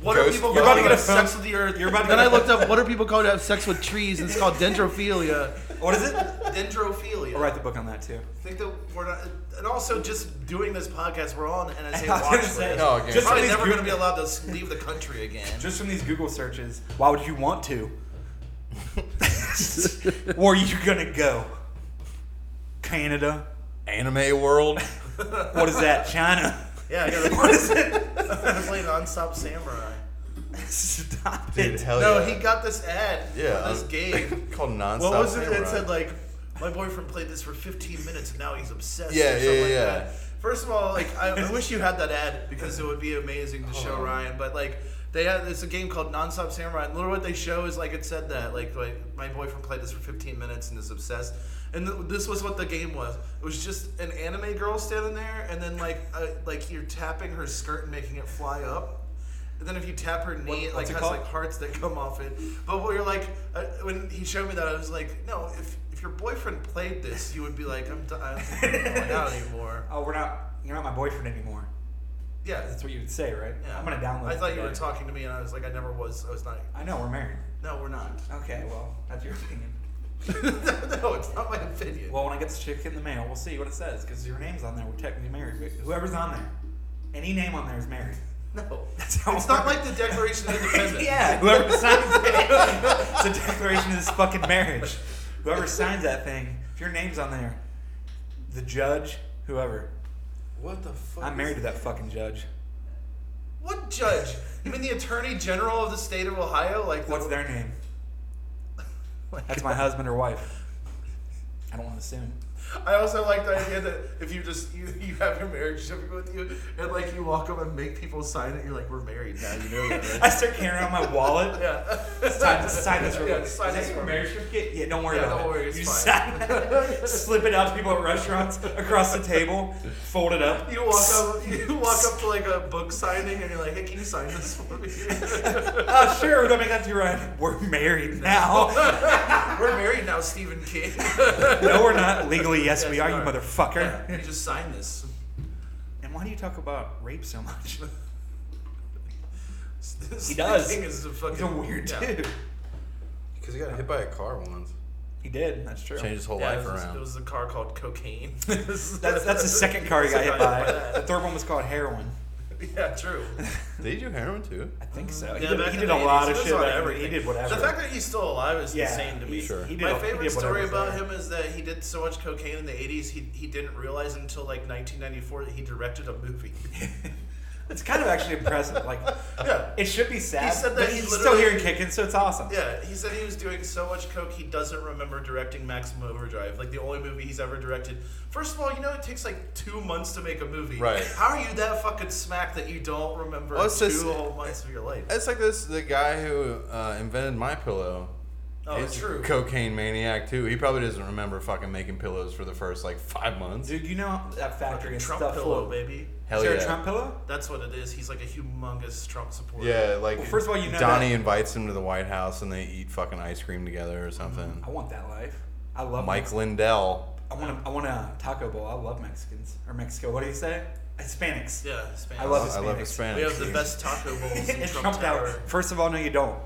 what are Ghost- people You're called about to to have get a phone- sex with the earth. You're about to then I get a- looked up what are people called to have sex with trees, and it's called dendrophilia. What is it? Dendrophilia. I'll write the book on that too. I think that we're not, and also just doing this podcast, we're all on NSA I was watch gonna list. say, No, okay. We're just, from probably these never Google, going to be allowed to s- leave the country again. just from these Google searches, why would you want to? Where are you gonna go? Canada? Anime world. What is that? China? yeah, I got What is it? to play nonstop samurai. Stop Dude, it. hell no, yeah. he got this ad Yeah, for this um, game called Nonstop What was it? It Samurai. said like, my boyfriend played this for 15 minutes and now he's obsessed. Yeah, or yeah, something like yeah. that. First of all, like I, I wish you had that ad because it would be amazing to Oh. show Ryan. But like they had it's a game called Nonstop Samurai. And literally what they show is like it said that like like my boyfriend played this for 15 minutes and is obsessed. And th- this was what the game was. It was just an anime girl standing there, and then like uh, like you're tapping her skirt and making it fly up. And then if you tap her knee, it like what's it has called? like hearts that come off it. But what you're like, uh, when he showed me that, I was like, no, if if your boyfriend played this, you would be like, I'm, d- I'm not going out anymore. Oh, we're not. You're not my boyfriend anymore. Yeah, That's what you would say, right? yeah. I'm gonna download. I it thought you were today. talking to me, and I was like, I never was. I was not. I know we're married. No, we're not. Okay, well, that's your opinion. no, it's not my opinion. Well, when I get this chick in the mail, we'll see what it says because your name's on there. We're technically married. But whoever's on there, any name on there is married. No, That's how it's it not works. like the Declaration of Independence. yeah, whoever signs it, it's a declaration of this fucking marriage. Whoever signs that thing, if your name's on there, the judge, whoever. What the fuck? I'm is- married to that fucking judge. What judge? You mean the Attorney General of the state of Ohio? Like the- What's their name? That's my husband or wife. I don't want to assume. I also like the idea that if you just you, you have your marriage certificate with you and like you walk up and make people sign it, you're like, we're married now. You know that, I right? start carrying around my wallet. yeah. Sign, sign this real Yeah, quick. just sign Is that this your for me. marriage certificate? Yeah, don't worry Yeah, about don't it. worry, it's you fine. sign it, slip it out to people at restaurants across the table, fold it up. You walk up, you walk up to like a book signing, and you're like, "Hey, can you sign this for me?" Uh, sure, we're gonna make that to your end. We're married now. We're married now, Stephen King. no, we're not. Legally, yes, Yes, we are, you you are. motherfucker. you just sign this. And why do you talk about rape so much? Stephen does. King is a fucking He's a weird yeah. dude. Because he got hit by a car once. He did, that's true. Changed his whole Yeah, life it was, around. It was a car called cocaine. That's, that's the second car he got hit by. The third one was called heroin. Yeah, true. Did he do heroin too? I think so. He Yeah, did, back he in did the a 80s, lot he of was shit. on back then. everything. He did whatever. The fact that he's still alive is Yeah, insane to me. he- Sure. he did a- My he did favorite whatever story was about there. him is that he did so much cocaine in the 80s, he, he didn't realize until like 1994 that he directed a movie. it's kind of actually impressive. Like, yeah. it should be sad. He said that but he he's literally- still here and kicking, so it's awesome. Yeah, he said he was doing so much coke he doesn't remember directing Maximum Overdrive, like the only movie he's ever directed. First of all, you know it takes like two months to make a movie. Right. How are you that fucking smack that you don't remember Well, it's two just- whole months of your life? It's like this the guy who uh, invented my pillow. Oh, is a true. Cocaine maniac too. He probably doesn't remember fucking making pillows for the first like five months. Dude, you know that factory Fucking is Trump stuff full pillow, of- baby. Hell is there yeah. a Trump pillow? That's what it is. He's like a humongous Trump supporter. Yeah, like Well, first of all, you know Donnie that- invites him to the White House and they eat fucking ice cream together or something. I want that life. I love Mike Lindell. I want a, I want a taco bowl. I love Mexicans or Mexico. What do you say? Hispanics. Yeah, Hispanics. I love Oh, I love Hispanics. Hispanic. We have the best taco bowls in It's Trump, Tower. First of all, no, you don't.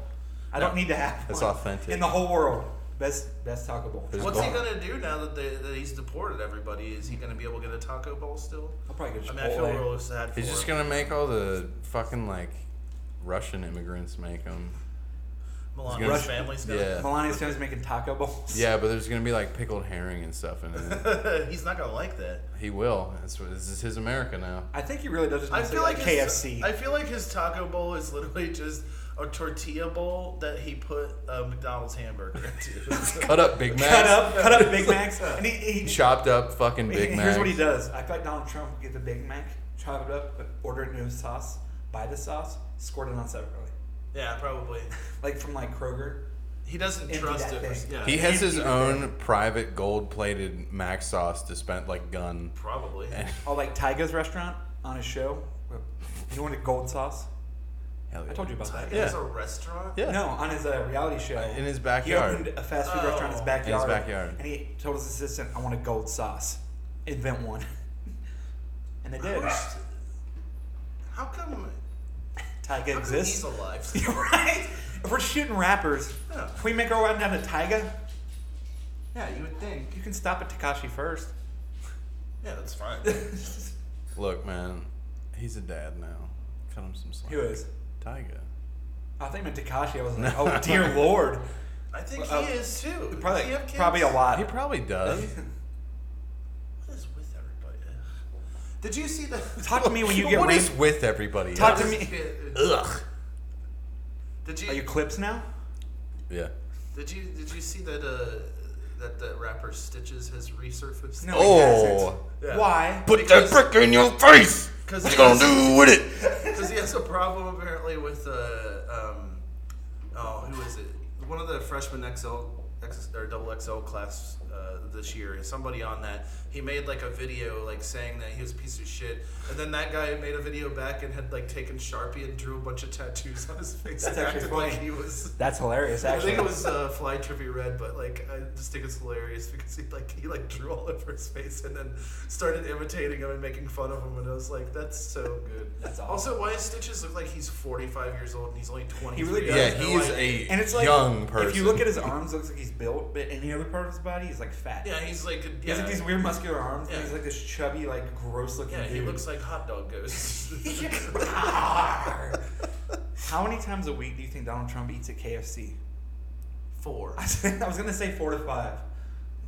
I don't need to have. That's one. authentic. In the whole world, best best taco bowl. There's What's he gone. gonna do now that, they, that he's deported everybody? Is he gonna be able to get a taco bowl still? I'll probably get I mean, I feel Chipotle. real sad for Oh, He's just him. gonna make all the fucking like Russian immigrants make them. Melania's gonna- family's gonna. Melania Stone's making taco bowls. Yeah, but there's gonna be like pickled herring and stuff in it. he's not gonna like that. he will. That's what this is his America now. I think he really does. Just I feel like KFC. His, I feel like his taco bowl is literally just a tortilla bowl that he put a McDonald's hamburger into. Cut up Big Macs. cut up, cut up Big Macs, and he, he Chopped up fucking He- Big Macs. Here's what he does. I feel like Donald Trump would get the Big Mac, chop it up, but order it in his sauce, buy the sauce, squirt it on separately. yeah, probably. Like from like Kroger. He doesn't Empty trust that it. thing. Yeah, He has his Empty own private gold-plated Mac sauce dispense, like gun. probably. Oh, like Tyga's restaurant on his show. You want a gold sauce? Hell I told you about that. It's a restaurant. Yeah. No, on his uh, reality show. in his backyard. He opened a fast food Oh. restaurant in In his his backyard. backyard. And he told his assistant, I want a gold sauce. Invent one. and they did. How come? Tyga How come he's exists. alive? You're right. If we're shooting rappers, Yeah. if we make our way down to Tyga, Yeah, you would think. you can stop at Takashi first. Yeah, that's fine. Look, man, he's a dad now. Cut him some slack. Who is? Tyga. I think meant Takashi. I was like, oh dear lord. I think Uh, he is too. Does he Probably, have kids? probably a He lot. probably does. What is with everybody? Did you see the? Talk to me when you get what rain- is with everybody? Talk else? to me. Ugh. uh, Did you? Are you clips now? Yeah. Did you did you see that uh that the rapper Stitches has resurfaced? No, he Oh. hasn't. Why? Put that brick in your face. What you gonna do with it? Because he has a problem apparently with uh um oh who is it? One of the freshman XL X, or double XL class uh, this year. Somebody on that he made like a video like saying that he was a piece of shit, and then that guy made a video back and had like taken Sharpie and drew a bunch of tattoos on his face. That's and actually acted like funny. he was. That's hilarious, I think it actually. was uh, Fly Trivia Red, but like I just think it's hilarious because he like he like drew all over his face and then started imitating him and making fun of him, and I was like, that's so good. That's awesome. Also, why does Stitches look like he's forty five years old and he's only twenty? He really does. Yeah, he is a and it's like, young If you look person. at his arms, it looks like he's built, but any other part of his body, he's like fat. Yeah, he's like a- he has like yeah. these weird muscular arms. Yeah. And he's like this chubby, like gross looking. Yeah, dude. he looks like hot dog ghost. How many times a week do you think Donald Trump eats at KFC? Four. I was gonna say four to five.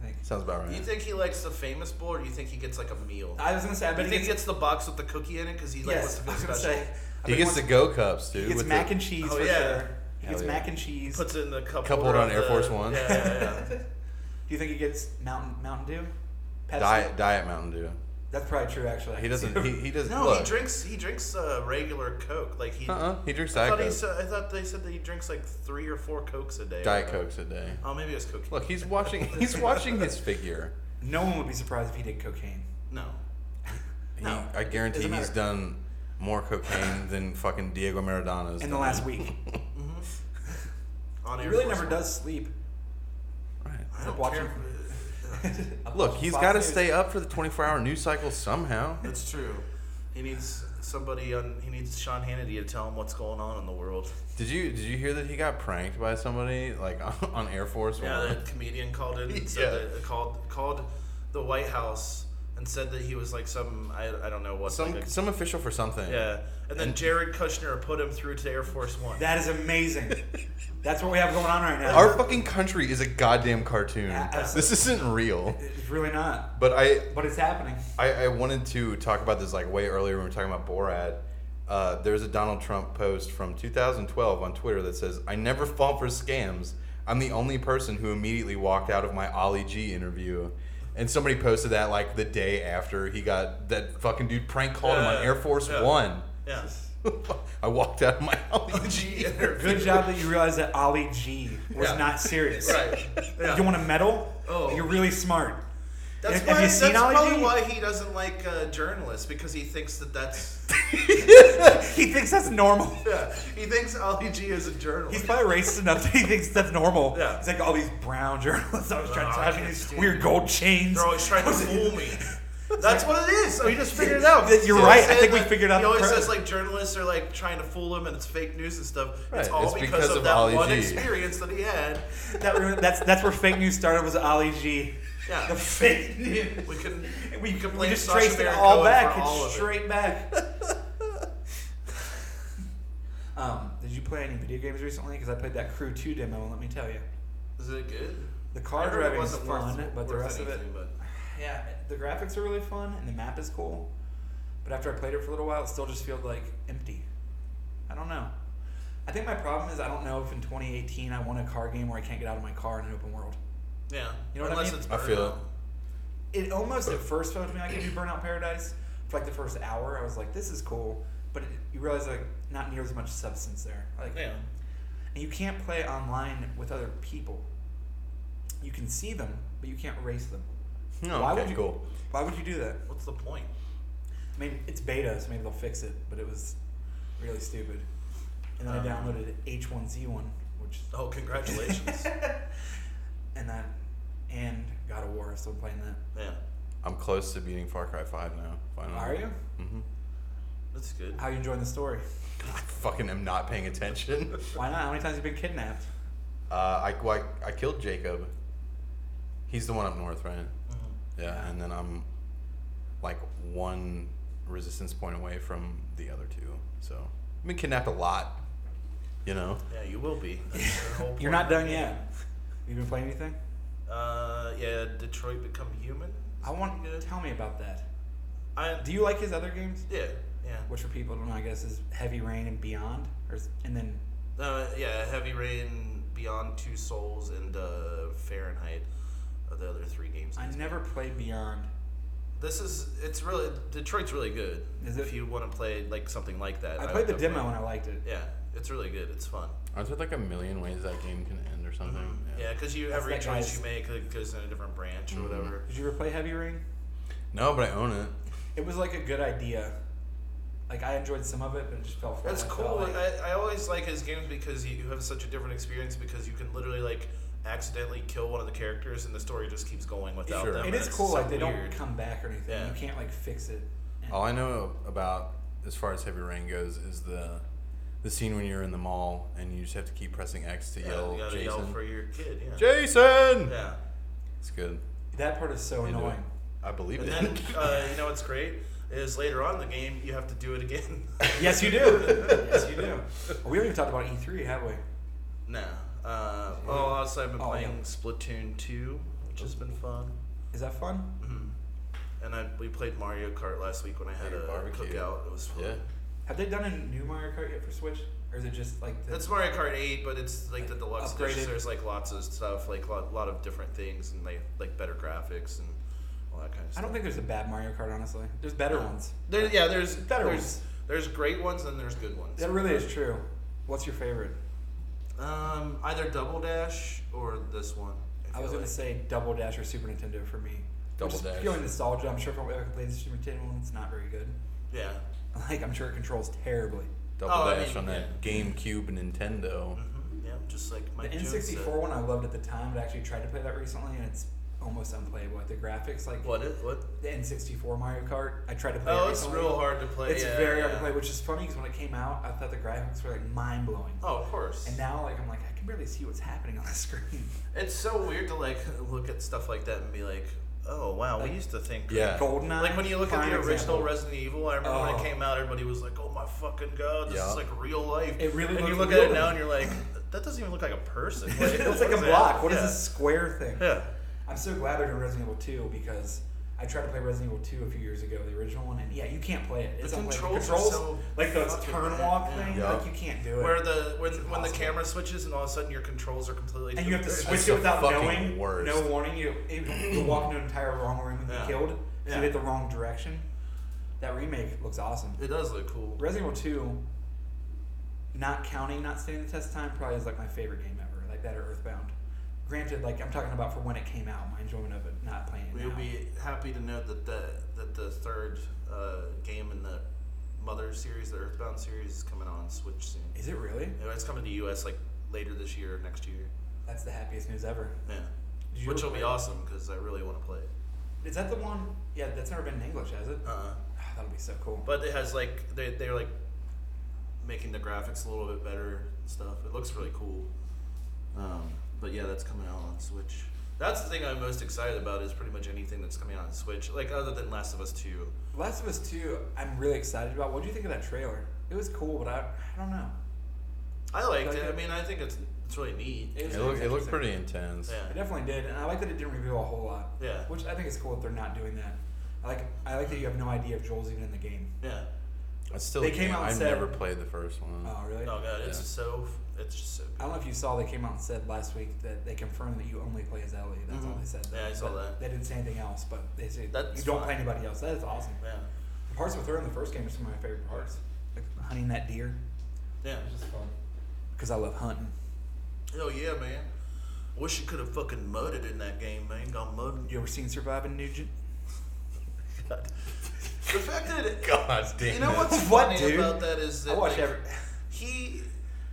I think. Sounds about You think he likes the famous bowl, or you think he gets like a meal? I was gonna say, I You bet he think gets- he gets the box with the cookie in it because he like Yes, I wants was to feel gonna special. say. I He bet gets once- the go cups, dude. He gets with mac the- and cheese Oh, for yeah. sure. He Hell gets yeah. mac and cheese. Puts it in the cup. Cup holder holder on Air of the- Force One. Yeah, yeah, Do yeah. you think he gets Mountain Mountain Dew? Pepsi? diet diet Mountain Dew. That's probably true, actually. He doesn't. He, he doesn't. No, look, he drinks. He drinks uh, regular Coke. Like he. Uh-uh, he drinks I Diet thought, he Coke. said, I thought they said that he drinks like three or four cokes a day. Diet Cokes a day. Oh, maybe it's cocaine. Look, he's watching. He's watching his figure. No one would be surprised if he did cocaine. No. He, No. I guarantee Doesn't he's matter. done more cocaine than fucking Diego Maradona's In the done. last week. On he Air really Force never One. does sleep. Right. I don't Watching- care. Look, he's Fox got to News. stay up for the 24-hour news cycle somehow. That's true. He needs somebody on. He needs Sean Hannity to tell him what's going on in the world. Did you Did you hear that he got pranked by somebody like on, on Air Force Yeah, One? that comedian called in. and said Yeah. that- called called the White House and said that he was like some I, I don't know what some like a- some official for something. yeah. And then Jared Kushner put him through to Air Force One. That is amazing. That's what we have going on right now. Our fucking country is a goddamn cartoon. Yeah, absolutely. This isn't real. it's really not. But I But it's happening. I, I wanted to talk about this like way earlier when we were talking about Borat. Uh, there's a Donald Trump post from 2012 on Twitter that says, "I never fall for scams. I'm the only person who immediately walked out of my Ollie G interview." And somebody posted that like the day after he got that fucking dude prank called him Yeah, on Air Force yeah. One. yeah. I walked out of my Ollie G. G interview. Good job that you realized that Ollie G was Yeah. not serious. Right. Yeah. You want a medal? Oh. You're really smart. That's Have why. you seen that's Ollie probably G? why he doesn't like uh, journalists because he thinks that that's. He thinks that's normal. yeah, he thinks Ollie G is a journalist. He's probably racist enough that he thinks that's normal. Yeah. He's like all these brown journalists always trying Oh, to I have can't these stand weird it. gold chains. They're always trying to fool me. That's what it is. We just figured it out. You're He right. always I think said we that- figured out He the always pro- says like journalists are like trying to fool him, and it's fake news and stuff. It's Right. all It's because, because of, of that Ali one G. experience that he had. That ruined- that's that's where fake news started was Ollie G. Yeah. The fake news. We can We, can we blame just Sacha traced it Baron all Cohen back. for It's all of it. straight back. um, did you play any video games recently? Because I played that Crew 2 demo, and let me tell you. Is it good? The I car heard it driving is wasn't worth- fun, but the worth rest of it. anything, but- Yeah, the graphics are really fun and the map is cool. But after I played it for a little while, it still just feels like empty. I don't know. I think my problem is I don't know if in 2018 I want a car game where I can't get out of my car in an open world. Yeah. You know what I Unless mean? it's I feel Burnout. It almost at first felt to me like it'd be Burnout Paradise. For like the first hour, I was like, this is cool. But it, you realize like not near as much substance there. Like, Yeah. and you can't play online with other people. You can see them, but you can't race them. No, okay, would you, cool. Why would you do that? What's the point? I mean, it's beta, so maybe they'll fix it, but it was really stupid. And then I Um. downloaded H1Z1, which Oh, congratulations. and that and God of War. I'm still playing that. yeah. I'm close to beating Far Cry 5 now. Finally. Are you? Mm-hmm. That's good. How you enjoying the story? I fucking am not paying attention. Why not? How many times have you been kidnapped? Uh, I, well, I, I killed Jacob. He's the one up north, right? Mm-hmm. Yeah, and then I'm like one resistance point away from the other two. So I've been kidnapped a lot, you know? Yeah, you will be. That's the whole point You're not of the done game. yet. You been playing anything? Uh, yeah, Detroit Become Human. I want you to tell me about that. I Do you like his other games? yeah yeah. Which for people don't know, I guess is Heavy Rain and Beyond, or is- and then Uh, yeah, Heavy Rain, Beyond Two Souls, and uh, Fahrenheit are the other three games. I never played Beyond. This is it's really Detroit's really good. if you want to play like something like that, I would played the go demo play and I liked it. Yeah, it's really good. It's fun. Aren't there like a million ways that game can end or something? Mm-hmm. Yeah, because you That's every that choice guy's- Mm-hmm. you make like, goes in a different branch or Mhm. whatever. Did you ever play Heavy Rain? No, but I own it. It was like a good idea. Like I enjoyed some of it, but it just fell flat. That's I felt cool. like- I, I always like his games because you, you have such a different experience because you can literally like accidentally kill one of the characters and the story just keeps going without Sure. them. It and it is it's cool. so like they weird. don't come back or anything. Yeah. You can't like fix it. All Oh, I know about as far as heavy rain goes is the the scene when you're in the mall and you just have to keep pressing X to Yeah, yell you gotta Jason. yell for your kid, yeah. Jason. Yeah. It's good. That part is so Into it. annoying. I believe And it. then uh, you know what's great is later on in the game you have to do it again. Yes, you do. yes, you do. We haven't even talked about E3, have we? no. Uh, oh, also I've been Oh, playing Splatoon two, which has been fun. Is that fun? And I we played Mario Kart last week when I had Your a barbecue. cookout. It was fun. Yeah. Have they done a new Mario Kart yet for Switch, or is it just like the, It's Mario Kart 8, but it's like the deluxe Upgraded. edition. There's like lots of stuff, like a lot, lot of different things, and like like better graphics and all that kind of I stuff. don't think there's a bad Mario Kart, honestly. There's better ones. There, yeah, there's Better there's, ones. there's great ones and there's good ones. That really is true. What's your favorite? Um, either Double Dash or this one. I was feel gonna like. say Double Dash or Super Nintendo for me. Double Just Dash. Feeling nostalgia. I'm sure if I ever played the Super Nintendo one, it's not very good. Yeah. Like I'm sure it controls terribly. Double Oh, I dash mean, on that GameCube Mm-hmm. Nintendo. Mm-hmm, Yeah, just like my The Jones N64 said. one I loved at the time, but I actually tried to play that recently, and it's almost unplayable. Like the graphics, like What is what? the N64 Mario Kart. I tried to play. Oh, it it's recently. real hard to play, It's yeah, very hard yeah. to play, which is funny because when it came out, I thought the graphics were like mind blowing, Oh, of course. and now like I'm like I can barely see what's happening on the screen. it's so weird to like look at stuff like that and be like, oh wow, we used to think Yeah. Goldeneye. Like when you look at prime the original example. Resident Evil, I remember when Oh. it came out, everybody was like, "Oh my fucking god, this Yeah. is like real life." It really and you looks look at it real. now and you're like, "That doesn't even look like a person." it looks like what a is block. that? What is yeah. this square thing? Yeah. I'm so glad they're doing Resident Evil 2 because I tried to play Resident Evil 2 a few years ago, the original one, and yeah, you can't play it. It's The unplayable. controls are so like the fucking turn bad. walk Yeah. thing, Yeah. like you can't do it. Where the when, when the impossible. camera switches and all of a sudden your controls are completely and you have to different. switch That's it the without fucking knowing, worst. no warning. You you walk into an entire wrong room and Yeah. get killed. So Yeah. you hit the wrong direction. That remake looks awesome. It does look cool. Resident Evil 2, not counting, not standing the test of time, probably is like my favorite game ever. Like that or Earthbound. Granted, like I'm talking about for when it came out, my enjoyment of it, not playing it We'll now. be happy to know that the that the third uh, game in the Mother series, the Earthbound series, is coming on Switch soon. Is it really? Yeah, It's coming to US like later this year, or next year. That's the happiest news ever. Yeah, Did you which ever will be play it? awesome because I really want to play it. Is that the one? Yeah, that's never been in English, has it? Uh-uh. Ah, that'll be so cool. But it has like they they're like making the graphics a little bit better and stuff. It looks really cool. Um, but yeah, that's coming out on Switch. That's the thing I'm most excited about is pretty much anything that's coming out on Switch, like other than Last of Us Two. Last of Us 2, I'm really excited about. What do you think of that trailer? It was cool, but I, I don't know. I liked Like it. it. I mean, I think it's it's really neat. was- It looked it looked interesting. pretty intense. Yeah. It definitely did, and I like that it didn't reveal a whole lot. Yeah. Which I think is cool that they're not doing that. I like I like that you have no idea if Joel's even in the game. Yeah. I still They came can't- out and I've said- never played the first one. Oh, really? Oh god, it's Yeah. so it's just so. I don't know if you saw they came out and said last week that they confirmed that you only play as Ellie. That's all Mhm. they said. Yeah, I saw But that. They didn't say anything else, but they said That's you don't fine. play anybody else. That is awesome. Yeah. The parts with her in the first game are some of my favorite parts. Like hunting that deer, Yeah. just fun. Because I love hunting. Oh yeah, man. Wish you could have fucking mudded in that game, man. Gone mudding. You ever seen Surviving Nugent? The fact that it, God damn. You know it. what's What, funny dude? about that is I that watch like, every- he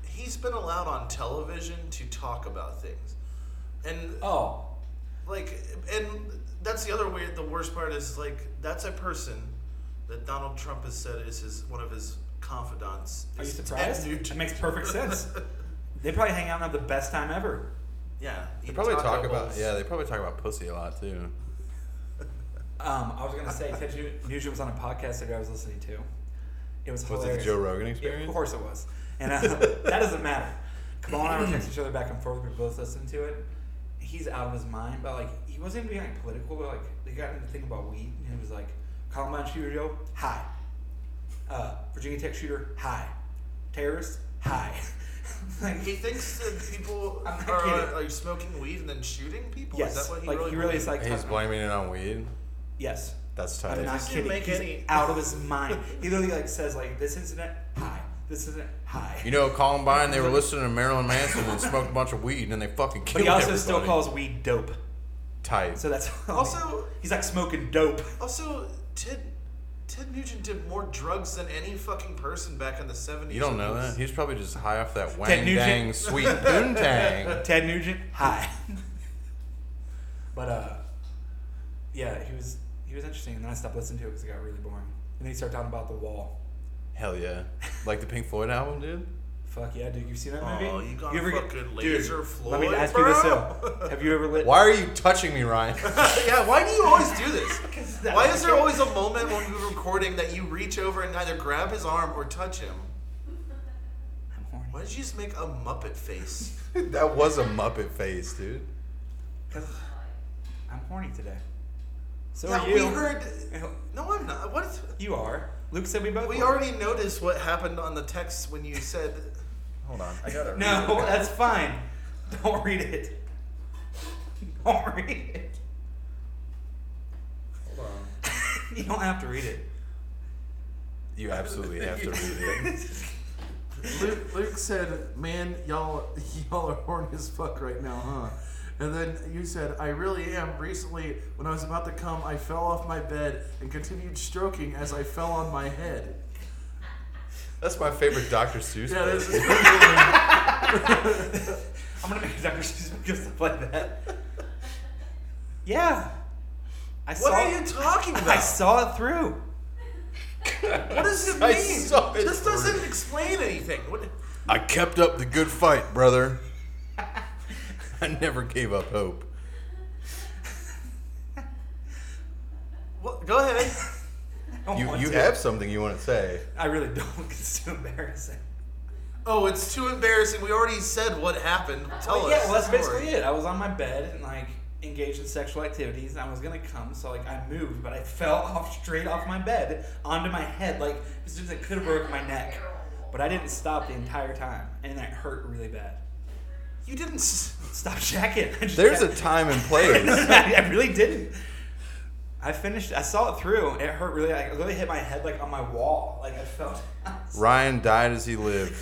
he's been allowed on television to talk about things, and Oh, like and that's the other weird. The worst part is like that's a person that Donald Trump has said is his one of his confidants. are you is Ted surprised? It Nugent. makes perfect sense. they probably hang out and have the best time ever. yeah, They probably talk about yeah. They probably talk about pussy a lot too. Um, I was gonna say Ted Nu- Nugent was on a podcast that I was listening to. It was Was it the hilarious. Joe Rogan Yeah, experience? of course it was. And uh, that doesn't matter. Kamal and I were texting each other back and forth. We both listened to it. He's out of his mind, but like he wasn't even being like political. But like they got into the thing about weed, and it was like Columbine shooter Joe high, uh, Virginia Tech shooter high, terrorist high. he thinks that people I'm not are kidding. uh, like smoking weed and then shooting people. Yes, Is that what he like, really he really believes? is like- He's blaming it on weed. Yes. That's tight. I'm not This kidding. didn't make He's any- out of his mind. He literally like says like this incident high, this incident high. You know, Columbine, they were listening to Marilyn Manson and smoked a bunch of weed, and then they fucking killed But he also still everybody. calls weed dope. tight. So that's Also- he's like smoking dope. Also, Ted Ted Nugent did more drugs than any fucking person back in the seventies. you don't know that? He was probably just high off that Ted wang Nugent. dang sweet poontang. Ted Nugent high. but uh, yeah, he was he was interesting, and then I stopped listening to it because it got really boring. And then he started talking about the wall. Hell yeah. Like the Pink Floyd album, dude? Fuck yeah, dude! You seen that movie? Oh, you got ever get- fucking dude, laser Let me Floyd, ask you this bro. though: Have you ever lit? Why are you touching me, Ryan? yeah, why do you always do this? Why is there always a moment when we're recording that you reach over and either grab his arm or touch him? I'm horny. Why did you just make a Muppet face? that was a Muppet face, dude. 'Cause I'm horny today. So yeah, are you? we heard. No, I'm not. What? You are. Luke said we both. We were. already noticed what happened on the text when you said. Hold on, I gotta. No, that's fine. Don't read it. Don't read it. Hold on. You don't have to read it. You absolutely have to read it. Luke, Luke said, "Man, y'all, y'all are horny as fuck right now, huh?" And then you said, "I really am." Recently, when I was about to come, I fell off my bed and continued stroking as I fell on my head. That's my favorite Dr. Seuss. Yeah, bit. this is yeah, I'm gonna make a Dr. Seuss just to play that. Yeah. I What saw are you talking I about? saw it through. What does it mean? I saw it this doesn't through. explain anything. What? I kept up the good fight, brother. I never gave up hope. what go ahead. I don't Oh, You, want you to. have something you want to say. I really don't. It's too embarrassing. Oh, it's too embarrassing. We already said what happened. Tell Well, us. yeah, well, that's the basically story. it. I was on my bed and like engaged in sexual activities. And I was gonna come, so like I moved, but I fell off straight off my bed onto my head, like as soon as I could have broken my neck. But I didn't stop the entire time, and that hurt really bad. You didn't. s- Stop jacking. I just There's a kept- time and place. I I really didn't. I finished. I saw it through. It hurt really. Like, it really hit my head, like on my wall. Like I felt. Ryan died as he lived,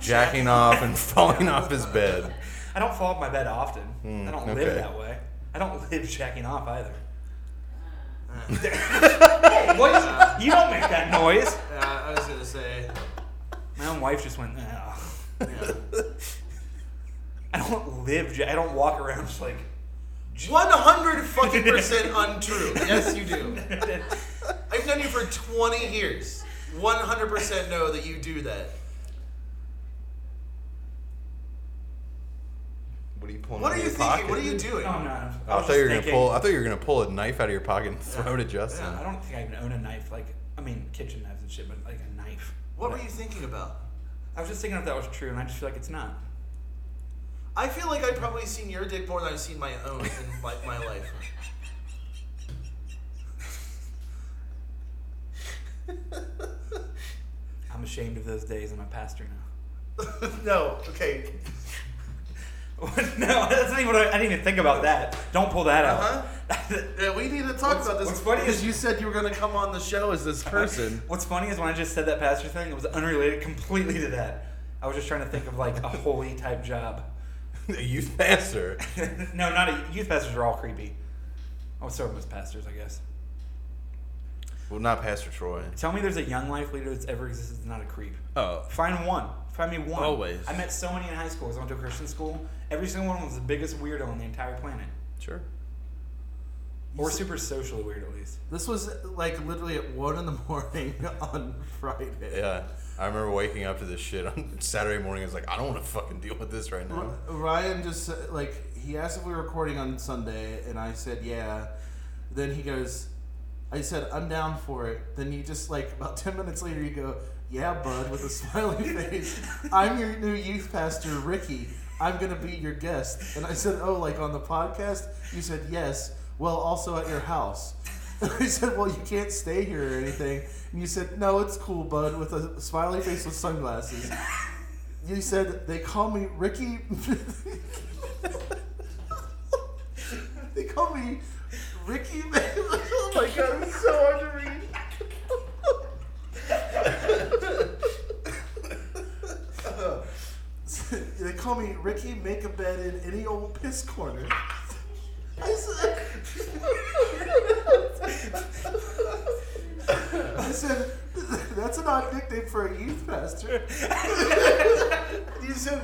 jacking off and falling off his bed. I don't fall off my bed often. I don't live Hmm, okay. that way. I don't live jacking off either. hey, what? You don't make that noise. I was gonna say, My own wife just went. "Ugh." I don't live. ja- I don't walk around just like. 100 fucking percent untrue. Yes, you do. I've known you for 20 years. 100% know that you do that. What are you pulling? What are out of you your thinking? pocket? What are you Oh, doing? No, "Oh, I'm not. I, I was thought you were just gonna thinking- pull. I thought you were gonna pull a knife out of your pocket and throw it at Justin. I don't think I even own a knife. Like, I mean, kitchen knives and shit, but like a knife. What were you thinking about? I was just thinking if that was true, and I just feel like it's not. I feel like I've probably seen your dick more than I've seen my own in my, my life. I'm ashamed of those days. I'm a pastor now. no, okay. no, that's not even what I, I didn't even think about that. Don't pull that Huh? out. Yeah, we need to talk about this. what's funny is- because you said you were going to come on the show as this person. What's funny is when I just said that pastor thing, it was unrelated completely to that. I was just trying to think of like a holy type job. A youth pastor. no, not a, youth pastors are all creepy. Oh, so was pastors, I guess. Well, not Pastor Troy. Tell me, there's a young life leader that's ever existed that's not a creep. Oh, Find one. Find me one. Always. I met so many in high school. 'cause I went to a Christian school. Every single one was the biggest weirdo on the entire planet, sure. or super socially weird at least. this was like literally at one in the morning on Friday. Yeah, I remember waking up to this shit on Saturday morning. I was like, I don't want to fucking deal with this right now. R- Ryan just said- like he asked if we were recording on Sunday, and I said yeah. Then he goes, I said I'm down for it. Then he just like about ten minutes later, you go, yeah, bud, with a smiling face. I'm your new youth pastor, Ricky. I'm gonna be your guest. And I said, oh, like on the podcast? You said yes. Well, also at your house. I said, well, you can't stay here or anything. And you said, no, it's cool, bud, with a smiley face with sunglasses. You said they call me Ricky. they call me Ricky. Man- oh my god, it's so hard to read. they call me Ricky. Make a bed in any old piss corner. I said. I said, that's an odd nickname for a youth pastor. you said,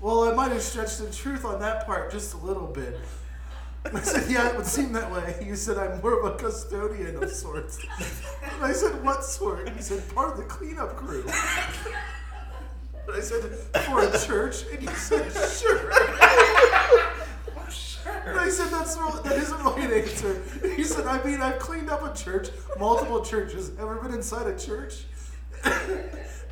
well, I might have stretched the truth on that part just a little bit. I said, yeah, it would seem that way. You said, I'm more of a custodian of sorts. And I said, what sort? You said, part of the cleanup crew. And I said, for a church? And you said, sure. And I said, that's wrong. That isn't the right answer. And he said, I mean, I've cleaned up a church, multiple churches. Ever been inside a church? and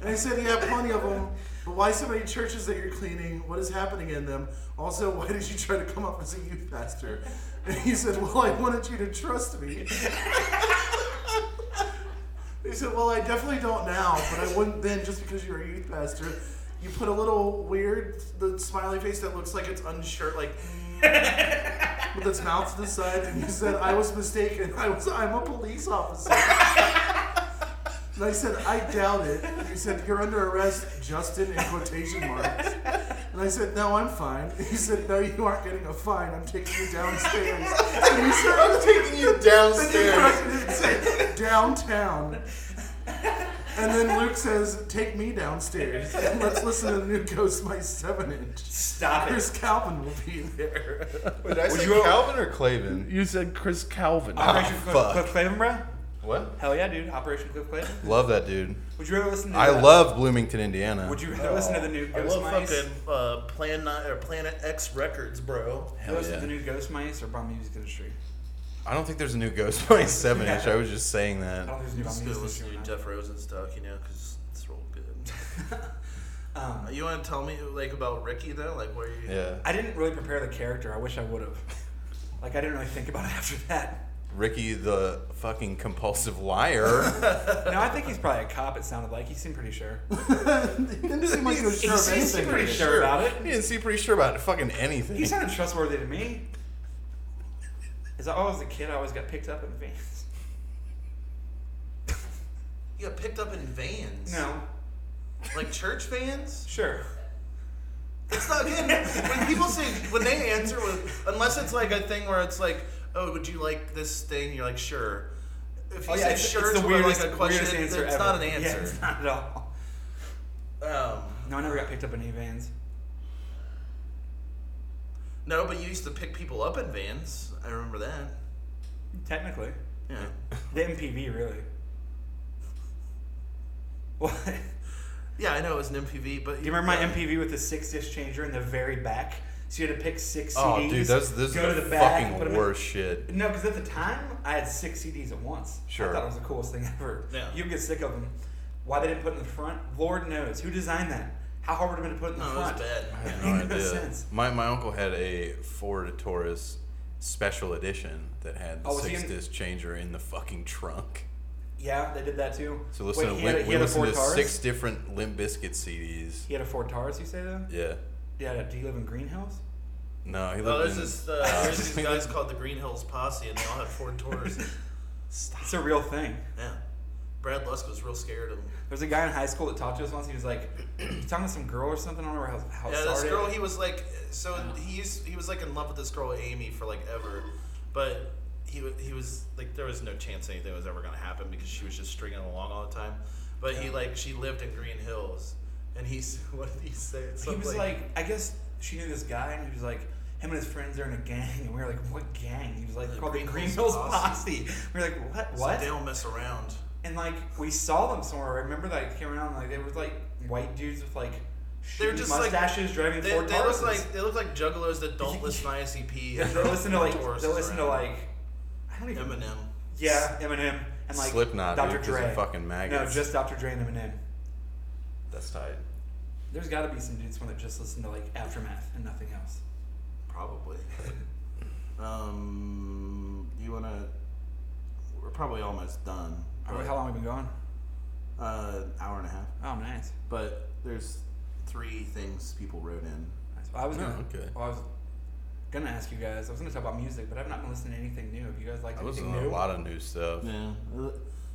I said, yeah, plenty of them. But why so many churches that you're cleaning? What is happening in them? Also, why did you try to come up as a youth pastor? And he said, well, I wanted you to trust me. He said, Well, I definitely don't now, but I wouldn't then just because you're a youth pastor. You put a little weird the smiley face that looks like it's unsure, like with its mouth to the side, and you said, I was mistaken. I was I'm a police officer. And I said, I doubt it. And you said, You're under arrest, Justin in quotation marks. And I said, No, I'm fine. And he said, No, you aren't getting a fine. I'm taking you downstairs. And he said, I'm taking you downstairs. and it said, downtown. And then Luke says, "Take me downstairs and let's listen to the new Ghost My Seven Inch." Stop Chris Calvin will be there. Wait, did I say you- Calvin or Clavin? You said Chris Calvin. Operation Cliff, fuck. Cliff Clavin, bro? What? Hell yeah, dude. Operation Cliff Clavin. Love that dude. Would you ever listen to I the- love Bloomington, Indiana. Would you rather listen to the new I Ghost love Mice? fucking uh, Plan Nine or Planet X Records, bro. Hell listen yeah. to the new Ghost Mice or Bomb Music Industry? I don't think there's a new Ghost by seven inch. I was just saying I don't that. think Oh, there's a new Bomb Just Music go listen Industry. to or not. Jeff Rosenstock, you know, because it's real good. Uh, Um, you want to tell me like about Ricky though, like where you? Yeah. I didn't really prepare the character. I wish I would have. Like I didn't really think about it after that. Ricky the fucking compulsive liar. No, I think he's probably a cop. It sounded like he seemed pretty sure. It didn't seem like he was sure of He seemed anything. pretty sure about it. he didn't seem pretty sure about fucking anything. He sounded trustworthy to me. As I was a kid, I always got picked up in vans. You got picked up in vans. No, Like church vans. sure. It's not him. when people say when they answer with unless it's like a thing where it's like, oh, would you like this thing? You're like, sure. If you Oh, yeah, say it's, sure it's to the like, weirdest, a question, weirdest answer it's ever. not an answer. Yeah, it's not at all. um, No, I never got picked up in any vans. no, but you used to pick people up in vans. I remember that. Technically, Yeah. the MPV really. What? Do Yeah, I know it was an MPV, but you remember my MPV with the six disc changer in the very back? So you had to pick six oh, CDs. dude, those those go are to the, the back, put 'em fucking in- worst shit. No, because at the time I had six CDs at once. I Sure. thought it was the coolest thing ever. Yeah. You get sick of them. Why they didn't put it in the front? Lord knows. Who designed that? How hard would it have been to put it in the No, it was front? bad. I have Made no no idea. sense. My my uncle had a Ford Taurus special edition that had the Oh, was six he in- disc changer in the fucking trunk. Yeah, they did that too. So listen Wait, to he had a- Limp, he we had a listened Ford to Taurus. six different Limp Biscuit CDs. He had a Ford Taurus. You say though? Yeah. Yeah. Do you live in Greenhouse? No, he lived Oh, there's in- this. Uh, there's these guys called the Green Hills Posse, and they all had Ford Tauruses. It's a real thing. Yeah. Brad Lusk was real scared of him. There's a guy in high school that talked to us once. He was like, he's talking to some girl or something. I don't remember how, how it Yeah, started. this girl. He was like, so he used, he was like in love with this girl Amy for like ever, but he wa- he was like there was no chance anything was ever gonna happen because she was just stringing him along all the time. But he like she lived in Green Hills, and he's what did he say? It's he something was like, I guess she knew this guy, and he was like, him and his friends are in a gang, and we were like, what gang? He was like, The called the Green Green Hills Hills Posse. We were like, what? so What? they don't mess around. and like we saw them somewhere. I remember that I came around, like they were like white dudes with like They were huge just mustaches like driving they, Ford they look Tauruses. like they look like juggalos that don't listen to ICP. Yeah, and they listen to Ford like they Tauruses listen to around. like I don't even Eminem. yeah Eminem and like Slipknot, Dr. dude, just Dre a fucking maggot. no just Dr. Dre and Eminem. that's tight. There's got to be some dudes one that just listen to like Aftermath and nothing else. Probably. Um, you wanna? We're probably almost done. How long have we been gone? Uh, hour and a half. Oh, nice. But there's three things people wrote in. I was gonna, Oh, okay. I was gonna ask you guys. I was gonna talk about music, but I've not been listening to anything new. Have you guys liked I anything listen new? to a lot of new stuff. Yeah.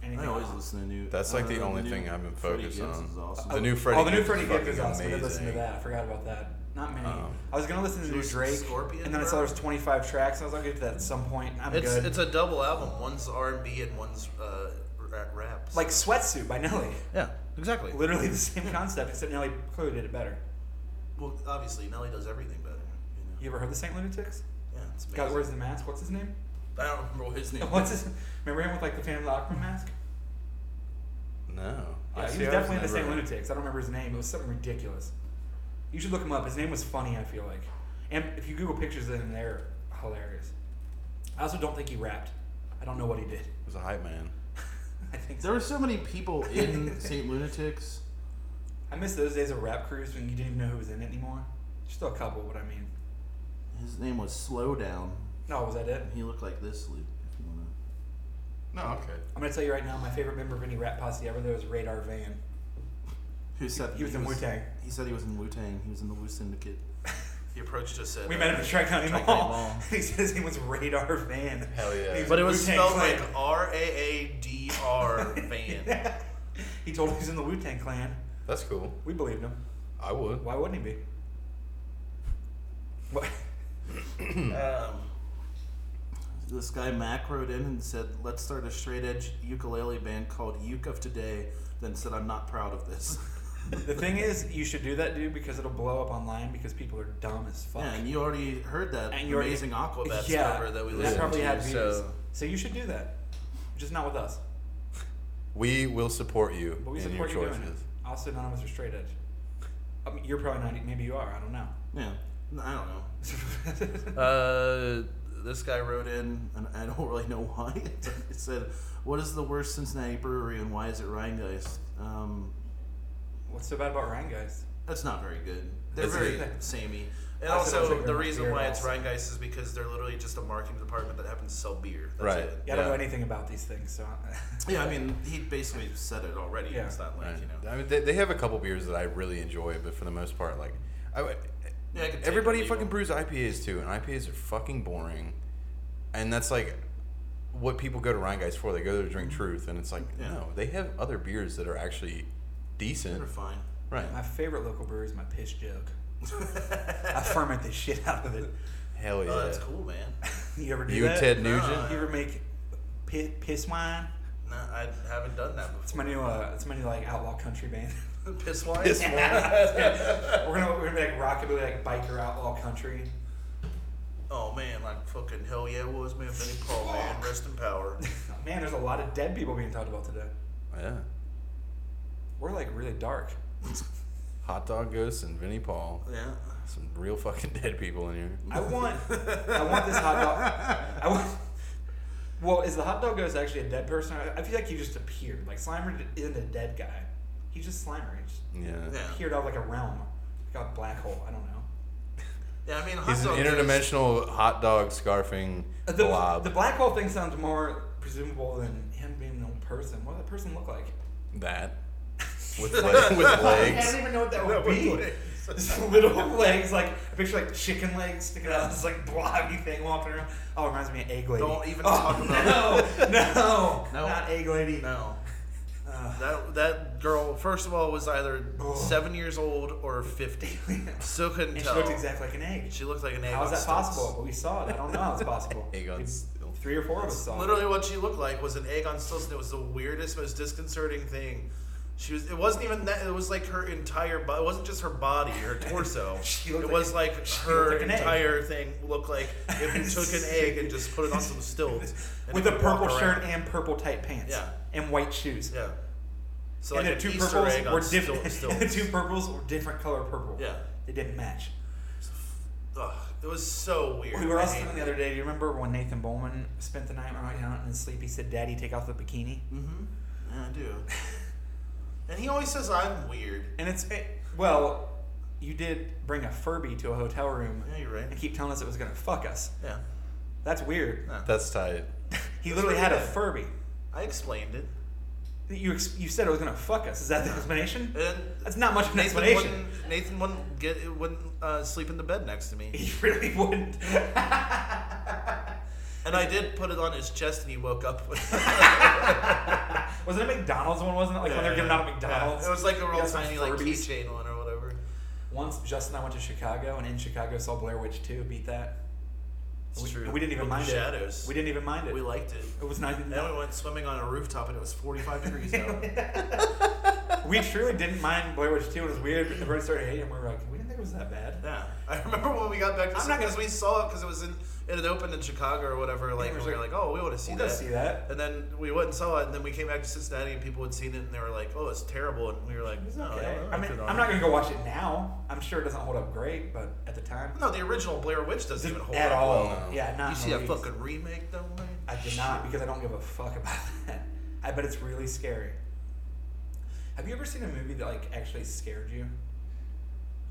Anything I always else? listen to new. That's like the uh, only new thing I've been Freddie focused Gibbs is on. awesome. The new Freddie Oh, the new Gibbs Freddie is Gibbs is fucking awesome. I did listen to amazing. that. I forgot about that. Not many. Um, I was gonna listen to new There's Drake, Scorpion and then I saw there's 25 tracks, and I was like, I'll get to that at some point. I'm It's good. it's a double album. One's R and B and one's uh, ra- rap. like Sweatsuit by Nelly. yeah, exactly. Literally the same concept, except Nelly clearly did it better. Well, obviously Nelly does everything better. You You ever heard the Saint Lunatics? know? Yeah, it's amazing. God wears the mask. What's his name? I don't remember what his name. What's was. his? Remember him with like the Phantom of the Opera mask? No. Yeah, I he see, was I definitely in the never- Saint Lunatics. I don't remember his name. It was something ridiculous. You should look him up. His name was funny. I feel like, and if you Google pictures of him, they're hilarious. I also don't think he rapped. I don't know what he did. He was a hype man. I think There were so many people in St. Lunatics. I miss those days of rap crews when you didn't even know who was in it anymore. There's still a couple, but I mean, His name was Slowdown. no, was that it? He looked like this, Luke. If you wanna. No, okay. I'm gonna tell you right now, my favorite member of any rap posse ever there was Radar Van. Who said He was in Wu-Tang. He said he was in Wu Tang. He was in the Wu Syndicate. He approached us at. We uh, met him at Tri-County Mall. Tri-County Mall. he said his name was Radar Van. Hell yeah. He was But it was Wu-Tang spelled Clan. like R A A D R Van. he told us he was in the Wu Tang Clan. That's cool. We believed him. I would. Why wouldn't he be? What? Hmm. Um, This guy Mac wrote in and said, "Let's start a straight edge ukulele band called Uke of Today." Then said, "I'm not proud of this." The thing is, you should do that, dude, because it'll blow up online because people are dumb as fuck. yeah, and you already heard that And you already- amazing Aquabats Yeah, cover that we that listened probably to. had views. So. so you should do that, just not with us. We will support you But we in support you your doing choices. it. Also, none of us are straight edge. I mean, you're probably not. e, Maybe you are. I don't yeah, No, I don't know. know. Uh, this guy wrote in, and I don't really know why. it said, "What is the worst Cincinnati brewery, and why is it Rheingeist?" Um, What's so bad about Ryan guys? that's not very good. They're That's very it. samey. and I also, said I'll the drink reason beer why it's also. Rheingeist is because they're literally just a marketing department that happens to sell beer. That's Right. it. Yeah, I don't know Yeah. anything about these things, so. Yeah, I mean, he basically said it already. Yeah. It's not like Right. you know. I mean, they, they have a couple beers that I really enjoy, but for the most part, like, I, would- Yeah, I could take or everybody leave fucking them. brews IPAs too, and IPAs are fucking boring. And that's like what people go to Ryan Guys for. They go there to drink truth, and it's like, Mm-hmm. Yeah. no, they have other beers that are actually decent. They're fine. Right. Oh, My favorite local brewery is my piss jug. I ferment the shit out of it. Hell yeah. Oh, that's cool, man. You ever do You, that? Ted You Nugent? ever make piss, piss wine? No, I haven't done that It's my new, uh, it's my new like outlaw country band. before. Piss wine. Piss we're gonna we're gonna be like rockabilly, like biker outlaw country. Oh man, like fucking hell yeah, was man, Benny Paul, man, rest in power. Man, there's a lot of dead people being talked about today. Yeah. We're like really dark. Hot Dog Ghosts and Vinnie Paul. Yeah. Some real fucking dead people in here. I want, I want this hot dog. I want. Well, is the hot dog ghost actually a dead person? I, I feel like he just appeared. Like Slimer isn't a dead guy. He's just Slimer. He just Yeah. Yeah. appeared out of like a realm, like a black hole. I don't know. Yeah, I mean, hot He's an dog is- interdimensional hot dog scarfing Uh, Uh, The, blob. the black hole thing sounds more presumable than him being the only person. What did that person look like? that. With, le- with I legs. don't even know what that would be. Just little legs, like I picture like chicken legs sticking out. This like blobby thing walking around. Oh, it reminds me of egg lady. Don't even Oh, talk about no, no, No. not egg lady. No. that that girl, first of all, was either Oh. seven years old or fifty. Still couldn't And she tell. looked exactly like an egg. She looked like an egg. How on is that stilts. possible? Well, we saw it. I don't know how it's possible. Egg on stilts. Three or four of us saw it. Literally, what she looked like was an egg on stilts, and it was the weirdest, most disconcerting thing. She was. It wasn't even that. It was like her entire body. It wasn't just her body, her torso. She it looked like was a- like she her looked like an egg. entire thing looked like if you took an egg and just put it on some stilts and With it a could walk purple shirt around. and purple tight pants. Yeah. And white shoes. Yeah. So and like the an two Easter purples egg on were stil- different. stilts. the two purples were different color purple. Yeah. they didn't match. Ugh, it was so weird. We were I also hated talking the it. other day. Do you remember when Nathan Bowman spent the night when I went out and sleep? He said, "Daddy, take off the bikini," Mm-hmm. Yeah, I do. And he always says I'm weird. and it's it, well, you did bring a Furby to a hotel room Yeah, you're and right. keep telling us it was gonna fuck us. Yeah. That's weird. That's tight. He literally what had he a did. Furby. I explained it. You ex- you said it was gonna fuck us. Is that the explanation? That's not much of an Nathan explanation. wouldn't, Nathan wouldn't get wouldn't uh, sleep in the bed next to me. He really wouldn't. and I did put it on his chest, and he woke up. with it. Wasn't it McDonald's one? Wasn't it like when they're giving out McDonald's? Yeah, It was like a You real got some tiny like Furbies. keychain one or whatever. Once Justin and I went to Chicago, and in Chicago saw Blair Witch 2 beat that. It's we, true. we didn't even With the mind shadows. it. We didn't even mind it. We liked it. it was nice. Then we went swimming on a rooftop, and it was 45 degrees out. we truly didn't mind Blair Witch 2. It was weird. but The birds started hating. it, and We were like, we didn't think it was that bad. Yeah, I remember when we got back. to I'm not because we saw it because it was in it had opened in Chicago or whatever. Like we're we just were like, like, oh, we want to see we'll go that. see that. And then we went and saw it, and then we came back to Cincinnati, and people had seen it, and they were like, oh, it's terrible, and we were like, no, Okay. I don't I like mean, it I'm on- not gonna go watch it now. I'm sure it doesn't hold up great, but at the time, No, the original Blair Witch doesn't even didn't hold at up all. well. Yeah, not You in see the a least. fucking remake though, man. I did not because I don't give a fuck about that. I bet it's really scary. Have you ever seen a movie that like actually scared you?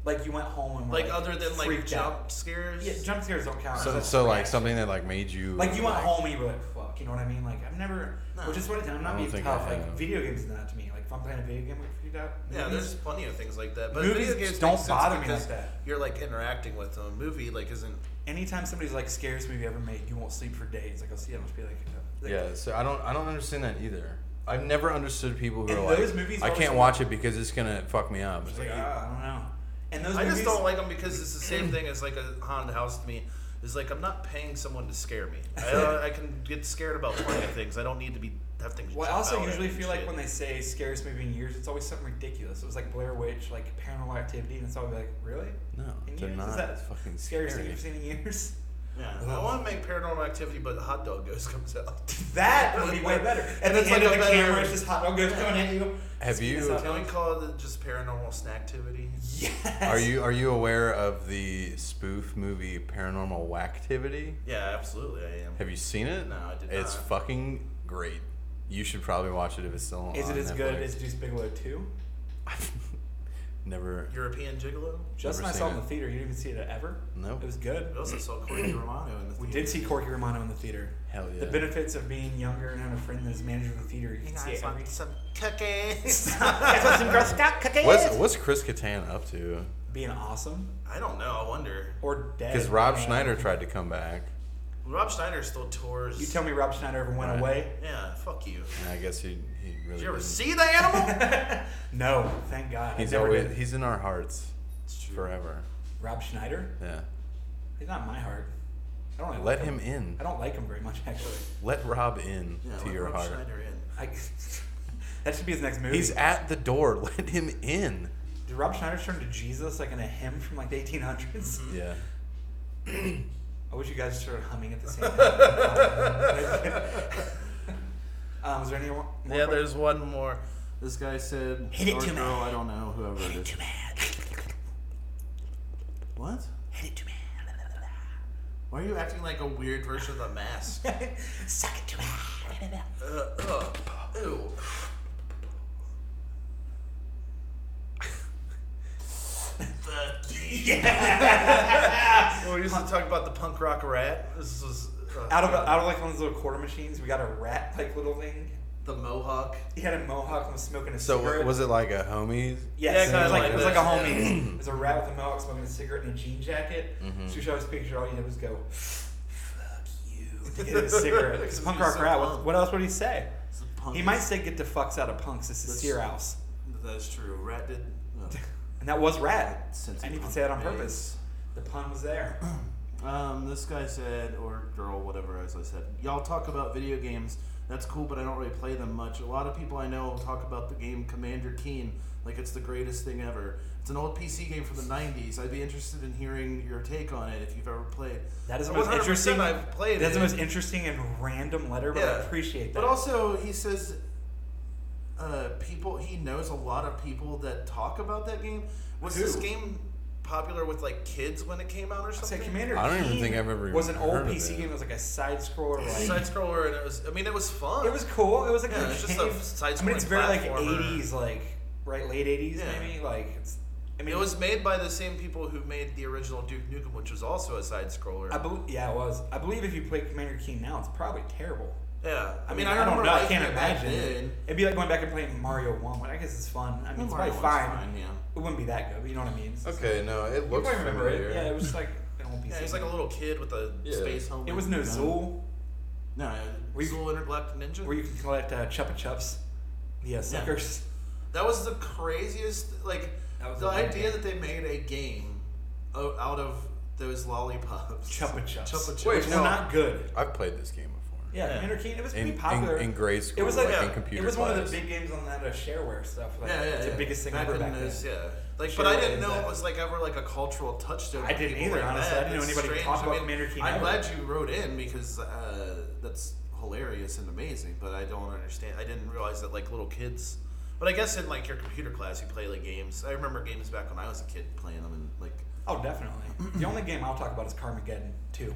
Like you went home and were, Like, other than like freaked jump out. scares. Yeah, jump scares don't count. So, That's so a like reaction. something that like made you Like you went home and you were like, fuck, you know what I mean? Like I've never, which is what I'm I not don't being think tough. I Like have. video games is not to me. Like if I'm playing a video game, I'm freaked out. Yeah, Movies- there's plenty of things like that. But Movies video games don't make sense bother me because like that. You're like interacting with them. A movie like isn't. anytime somebody's like scariest movie ever made, you won't sleep for days. Like I'll see it, I'll just be like, uh, like Yeah, so I don't I don't understand that either. I've never understood people who And are like those movies I always can't look- watch it because it's gonna fuck me up. It's like, like, ah, I don't know. And those I movies, just don't like them because it's the same thing as like a haunted house to me. It's like I'm not paying someone to scare me. I, don't- I can get scared about plenty of things. I don't need to be have things. Well, I jump also out at usually me and feel like shit. when they say scariest movie in years, it's always something ridiculous. It was like Blair Witch, like Paranormal Activity, and it's always like, really? no, In they're years? not Is that fucking scariest scary. thing you've seen in years? Yeah. I want to make Paranormal Activity, but Hot Dog Ghost comes out. That would be way better. And And then it's like like the a better- camera, it's just hot dog goes coming at you. Have Speaking you- of Can hot we call it just Paranormal Snacktivity? dogs, Yes. Are you are you aware of the spoof movie Paranormal Wactivity? Yeah, absolutely. I am. Have you seen it? No, I did It's not. fucking great. You should probably watch it if it's still on. Is it as good Netflix. as Deuce Bigelow 2? Never. European Gigolo? Justin and I seen saw it in it. the theater. You didn't even see it ever? Nope. It was good. We also saw Corey Romano in the We theater. did see Corky Romano in the theater. Hell yeah. The benefits of being younger and having a friend that is manager of the theater, you can see it every some cookies. What's what's Chris Kattan up to? being awesome I don't know. I wonder. or dead. Because Rob Yeah. Schneider tried to come back. Rob Schneider still tours. You tell me Rob Schneider ever went Right. away? Yeah, fuck you. And I guess he he really. Did you ever didn't. see the animal? No, thank God. He's I never always did. he's in our hearts forever. Rob Schneider. Yeah. He's not in my heart. I don't really Let like him in. I don't like him very much actually. Let Rob in Yeah, to let your Rob heart. Schneider in. I, that should be his next movie. He's at the door. Let him in. Did Rob Schneider turn to Jesus like in a hymn from like the 1800s? Yeah. I wish you guys started humming at the same time. um, is there any more? Yeah, there's one more. This guy said, Hit it or to me. girl, I don't know, whoever it is. mad. What? Hit it to me. Why are you acting like a weird version? Version of the mask. Suck it to me. Uh, uh, ew. Well, we used to talk about the punk rock rat. This was uh, out of out of like one of those little quarter machines, we got a rat like little thing. the mohawk. He had a mohawk and was smoking a So cigarette. wa- was it like a homies? Yeah, Yes, it kinda was like, like it was like a this, homie. it was a rat with a mohawk smoking a cigarette and a jean jacket. Mm-hmm. So we showed his picture. All you did was go, "Fuck you," to get a cigarette. It's a punk rock So rat. punk. What, what else would he say? It's a punk. He might say, "Get the fucks out of punks." This is your house, That's true. Rat did. Oh. and that was rat. Since and he you can punk say it on race. purpose. The pun was there. Um, this guy said, or girl, whatever, as I said, y'all talk about video games. That's cool, but I don't really play them much. A lot of people I know talk about the game Commander Keen like it's the greatest thing ever. It's an old PC game from the 90s. I'd be interested in hearing your take on it if you've ever played. That is the Uh, most 100% interesting. I've played That's the it. most interesting and random letter, but I Yeah. appreciate that. But also, he says, uh, people, he knows a lot of people that talk about that game. Was Who? this game popular with like kids when it came out or I'd something? say Commander I don't even Keen think I've ever was an even old heard of PC it. game. It was like a side scroller. Like, Side scroller, and it was. I mean, it was fun. It was cool. It was like Yeah, a it's just cave- a side I mean, it's scrolling very like platformer. '80s, like right late '80s, Yeah. maybe. Like, it's, I mean, It was made by the same people who made the original Duke Nukem, which was also a side scroller. I believe, yeah, it was. I believe if you play Commander Keen now, it's probably terrible. Yeah. I mean, I, I don't remember know. I liking can't it back imagine. then. it. It'd be like going back and playing Mario One. Well, I guess it's fun. I mean, it's Mario probably fine. one's fine, yeah. It wouldn't be that good, but you know what I mean. It's just- Okay, no, it You looks probably remember familiar. It. Yeah, it was just like an old piece. Yeah, of he's like a little kid with a Yeah. space helmet. It was no Zool, No, Were you- Zool Intergalactic Ninja. where you can collect uh, Chupa Chups. Yeah, suckers. That was the craziest. Like That was the a bad idea that they made a game o- out of those lollipops. Chupa Chups. Chupa Chups. Wait, Which were no. not good. I've played this game before. Yeah, Yeah. Commander Keen. It was In- pretty popular. in- in grade school, it was like like, in a- computer It was one of class. the big games on that uh, shareware stuff. Like, Yeah, yeah, it's yeah. the biggest thing back ever in back those, then. Yeah, like, Sure, but I it didn't was know that. it was like ever like a cultural touchstone. I for didn't people either, like honestly. I That. didn't know It's anybody strange. talked I about mean, Commander Keen I'm ever. glad you wrote in because uh, that's hilarious and amazing. But I don't understand. I didn't realize that like little kids. But I guess in like your computer class, you play like games. I remember games back when I was a kid playing them and like. Oh, definitely. the only game I'll talk about is Carmageddon 2.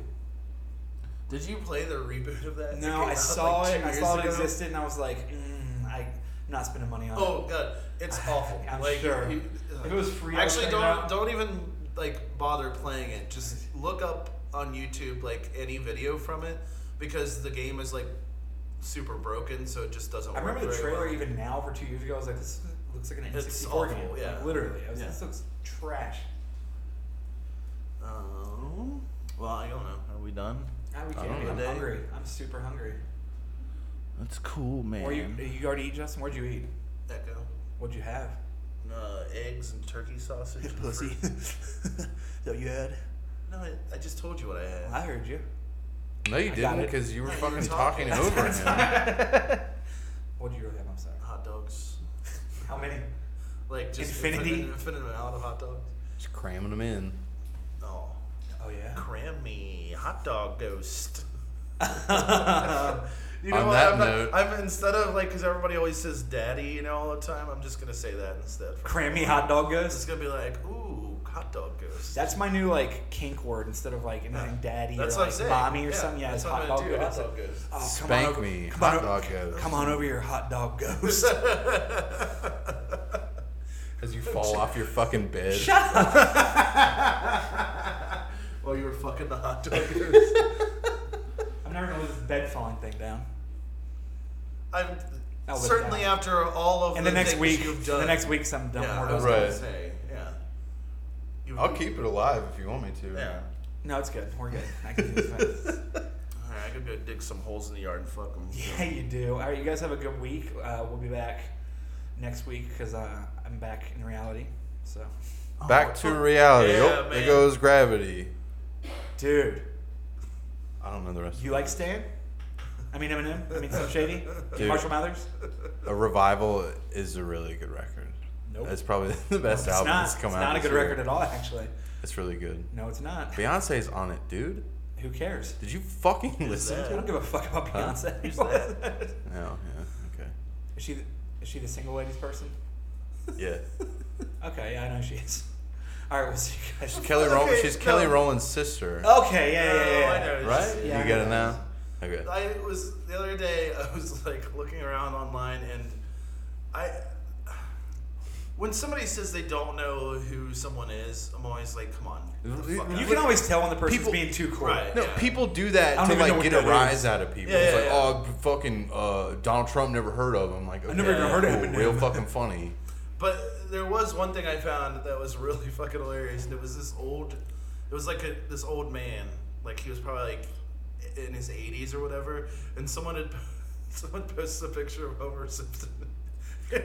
Did you play the reboot of that? It came No, I out, saw like, it. two I years saw it ago. existed, and I was like, mm, I'm not spending money on it. Oh god, it's awful. I'm like, sure. you- ugh. If it was free, I would actually, check it don't out. don't even like bother playing it. Just look up on YouTube like any video from it because the game is like super broken, so it just doesn't. I remember work the very trailer well. even now for two years ago. I was like, this looks like an N64 It's game. awful, Like, yeah. literally. I was Yeah. like, this looks trash. Um, well, I don't know. Are we done? Now we I can't. don't I'm know. hungry. I'm super hungry. That's cool, man. Where you? You already eat, Justin? Where'd you eat? Echo. What'd you have? Uh, eggs and turkey sausage. and fruit. that you had? No, I, I just told you what I had. I heard you. No, you got didn't it. because you were No, you were fucking talking. talking, over him. What'd you really have? I'm sorry. Hot dogs. How many? Like just Infinity? infinite, infinite amount of hot dogs. Just cramming him in. Oh, Oh yeah. cram me, hot dog ghost. You On know what? that I'm, note- not, I'm instead of like because everybody always says daddy, you know, all the time. I'm just gonna say that instead. Crammy hot dog It's ghost. gonna be like, ooh, hot dog ghost. That's my new like kink word instead of like anything daddy That's or what like I'm saying. mommy or Yeah, something. Yeah, that's it's what I'm hot gonna dog do, ghost. hot dog ghost. Oh, come Spank on over, me, come hot on o- dog ghost. Come on over here, hot dog ghost. As you fall off your fucking bed. Well, you were fucking the hot dog ghost. I'm never gonna let this bed falling thing down. I'm I'll live certainly down. after all of And the, the next things week, you've done. the next week, some dumb yeah, I word. was goes, Right. gonna say, yeah. You- I'll keep it alive if you want me to. Yeah. No, it's good. We're good. I can do this fine. All right, I could go dig some holes in the yard and fuck them. yeah, you do. All right, you guys have a good week. Uh, we'll be back next week because uh, I'm back in reality. So, Back to reality. Yeah, oh, man. there goes gravity. dude, I don't know the rest. you like Stan? I mean Eminem. I mean Slim Shady. Dude. Marshall Mathers. a revival is a really good record. Nope. It's probably the best it's album not. that's come it's out. not a this good year. record at all, actually. It's really good. No, it's not. Beyonce's on it, dude. Who cares? Did you fucking listen I to don't give a fuck about Huh? Beyonce. Who's that? it? No, yeah, is she? The, is she the single ladies person? okay. Yeah. Okay, yeah, I know she is. All right, we'll see you guys. She's Kelly Roll- Okay, she's Kelly no. Rowland's sister. Okay, yeah, yeah, No, yeah. I yeah. know, it's right? just- yeah, you I get know. it now? Okay. I was the other day. I was like looking around online, and I when somebody says they don't know who someone is, I'm always like, come on. what the fuck You up. You can always tell when the person's People- being too cool. Right. No, Yeah. people do I that don't to even know like what get a that rise is. out of people. Yeah, it's yeah, like, yeah. oh, fucking uh, Donald Trump never heard of him. Like, okay, never even heard of cool, Eminem. Real fucking funny. But there was one thing I found that was really fucking hilarious, and it was this old. It was like a, this old man, like he was probably like in his 80s or whatever, and someone had someone posted a picture of Homer Simpson.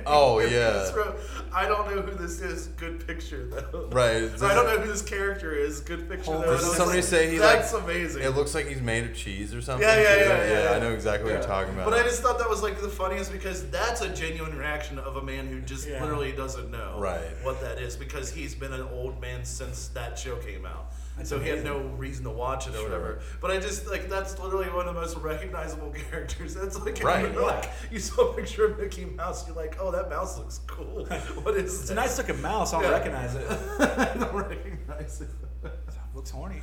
Oh, And he yeah. just wrote, I don't know who this is. Good picture though. Right, I don't know who this character is. Good picture though. Homer And I was Doesn't somebody like, say he That's like, amazing. It looks like he's made of cheese or something. Yeah, yeah, too. yeah, yeah, I yeah. know exactly what you're talking about. But I just thought that was like the funniest because that's a genuine reaction of a man who just Yeah. literally doesn't know Right. what that is because he's been an old man since that show came out. That's so he had no amazing. reason to watch it or whatever. But I just like that's literally one of the most recognizable characters. That's like, Right. you're like you saw a picture of Mickey Mouse, you're like, oh, that mouse looks cool. What is It's a nice looking mouse. I'll Yeah. recognize it. I don't recognize it. Looks horny.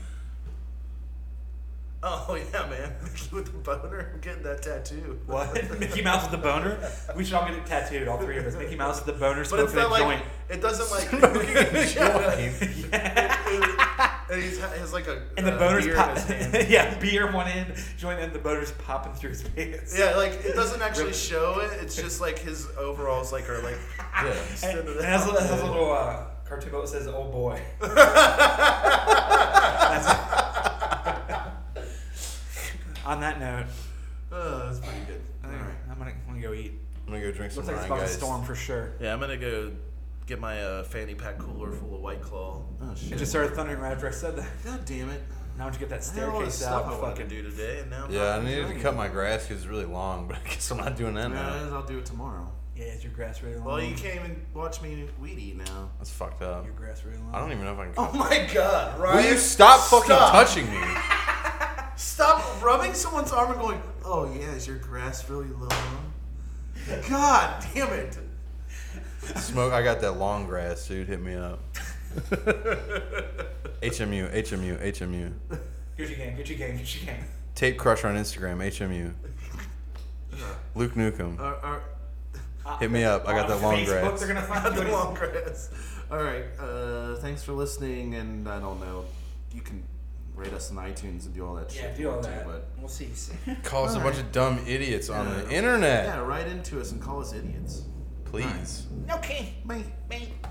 Oh yeah, man, Mickey with the boner. I'm getting that tattoo. What? Mickey Mouse with the boner? We should all get it tattooed, all three of us. Mickey Mouse with the boner But it's smoking a not like joint. it doesn't like. Shut up. it, And he's, has like a And the uh, boner's beer in pop- his hand. yeah, beer one end, joint end, the boner's popping through his pants. Yeah, like it doesn't actually Rip- show it. It's just like his overalls, like are like. Yeah. And, extended and out. that's, that's a little uh, cartoon boat that says "Oh boy." On that note, Oh, that's pretty good. I think I'm gonna, I'm gonna go eat. I'm gonna go drink some Looks like it's Ryan about to guys. storm for sure. Yeah, I'm gonna go get my uh, fanny pack cooler full of White Claw. Oh It shit! just started thundering right after I said that. God damn it! Now I want to get that I had a lot of staircase stuff I out. wanted to fucking do today, and now I'm Yeah, I not needed doing to it. cut my grass because it's really long, but I guess I'm not doing that now. Guys, I'll do it tomorrow. Yeah, is your grass really long? Well, you can't even watch me weed eat now. That's fucked up. Your grass really long. I don't even know if I Oh. can. Cut. Oh my God, Will you stop fucking touching me? Stop rubbing someone's arm and going. Oh yeah, is your grass really long? God damn it! Smoke. I got that long grass, dude. Hit me up. HMU, HMU, HMU. Gucci gang, Gucci gang, Gucci gang. Tape Crusher on Instagram, HMU. Luke Nukem. All right, Hit me up. I got that long Uh, Facebook, grass. They're gonna find you. Long grass. all right. Uh, thanks for listening, and I don't know. You can rate us on iTunes and do all that shit. Yeah, if do you all want to, that. but- We'll see you soon. Call us a bunch of dumb idiots on the Yeah. internet. Yeah, write into us and call us idiots. Please. Okay. Bye. Bye.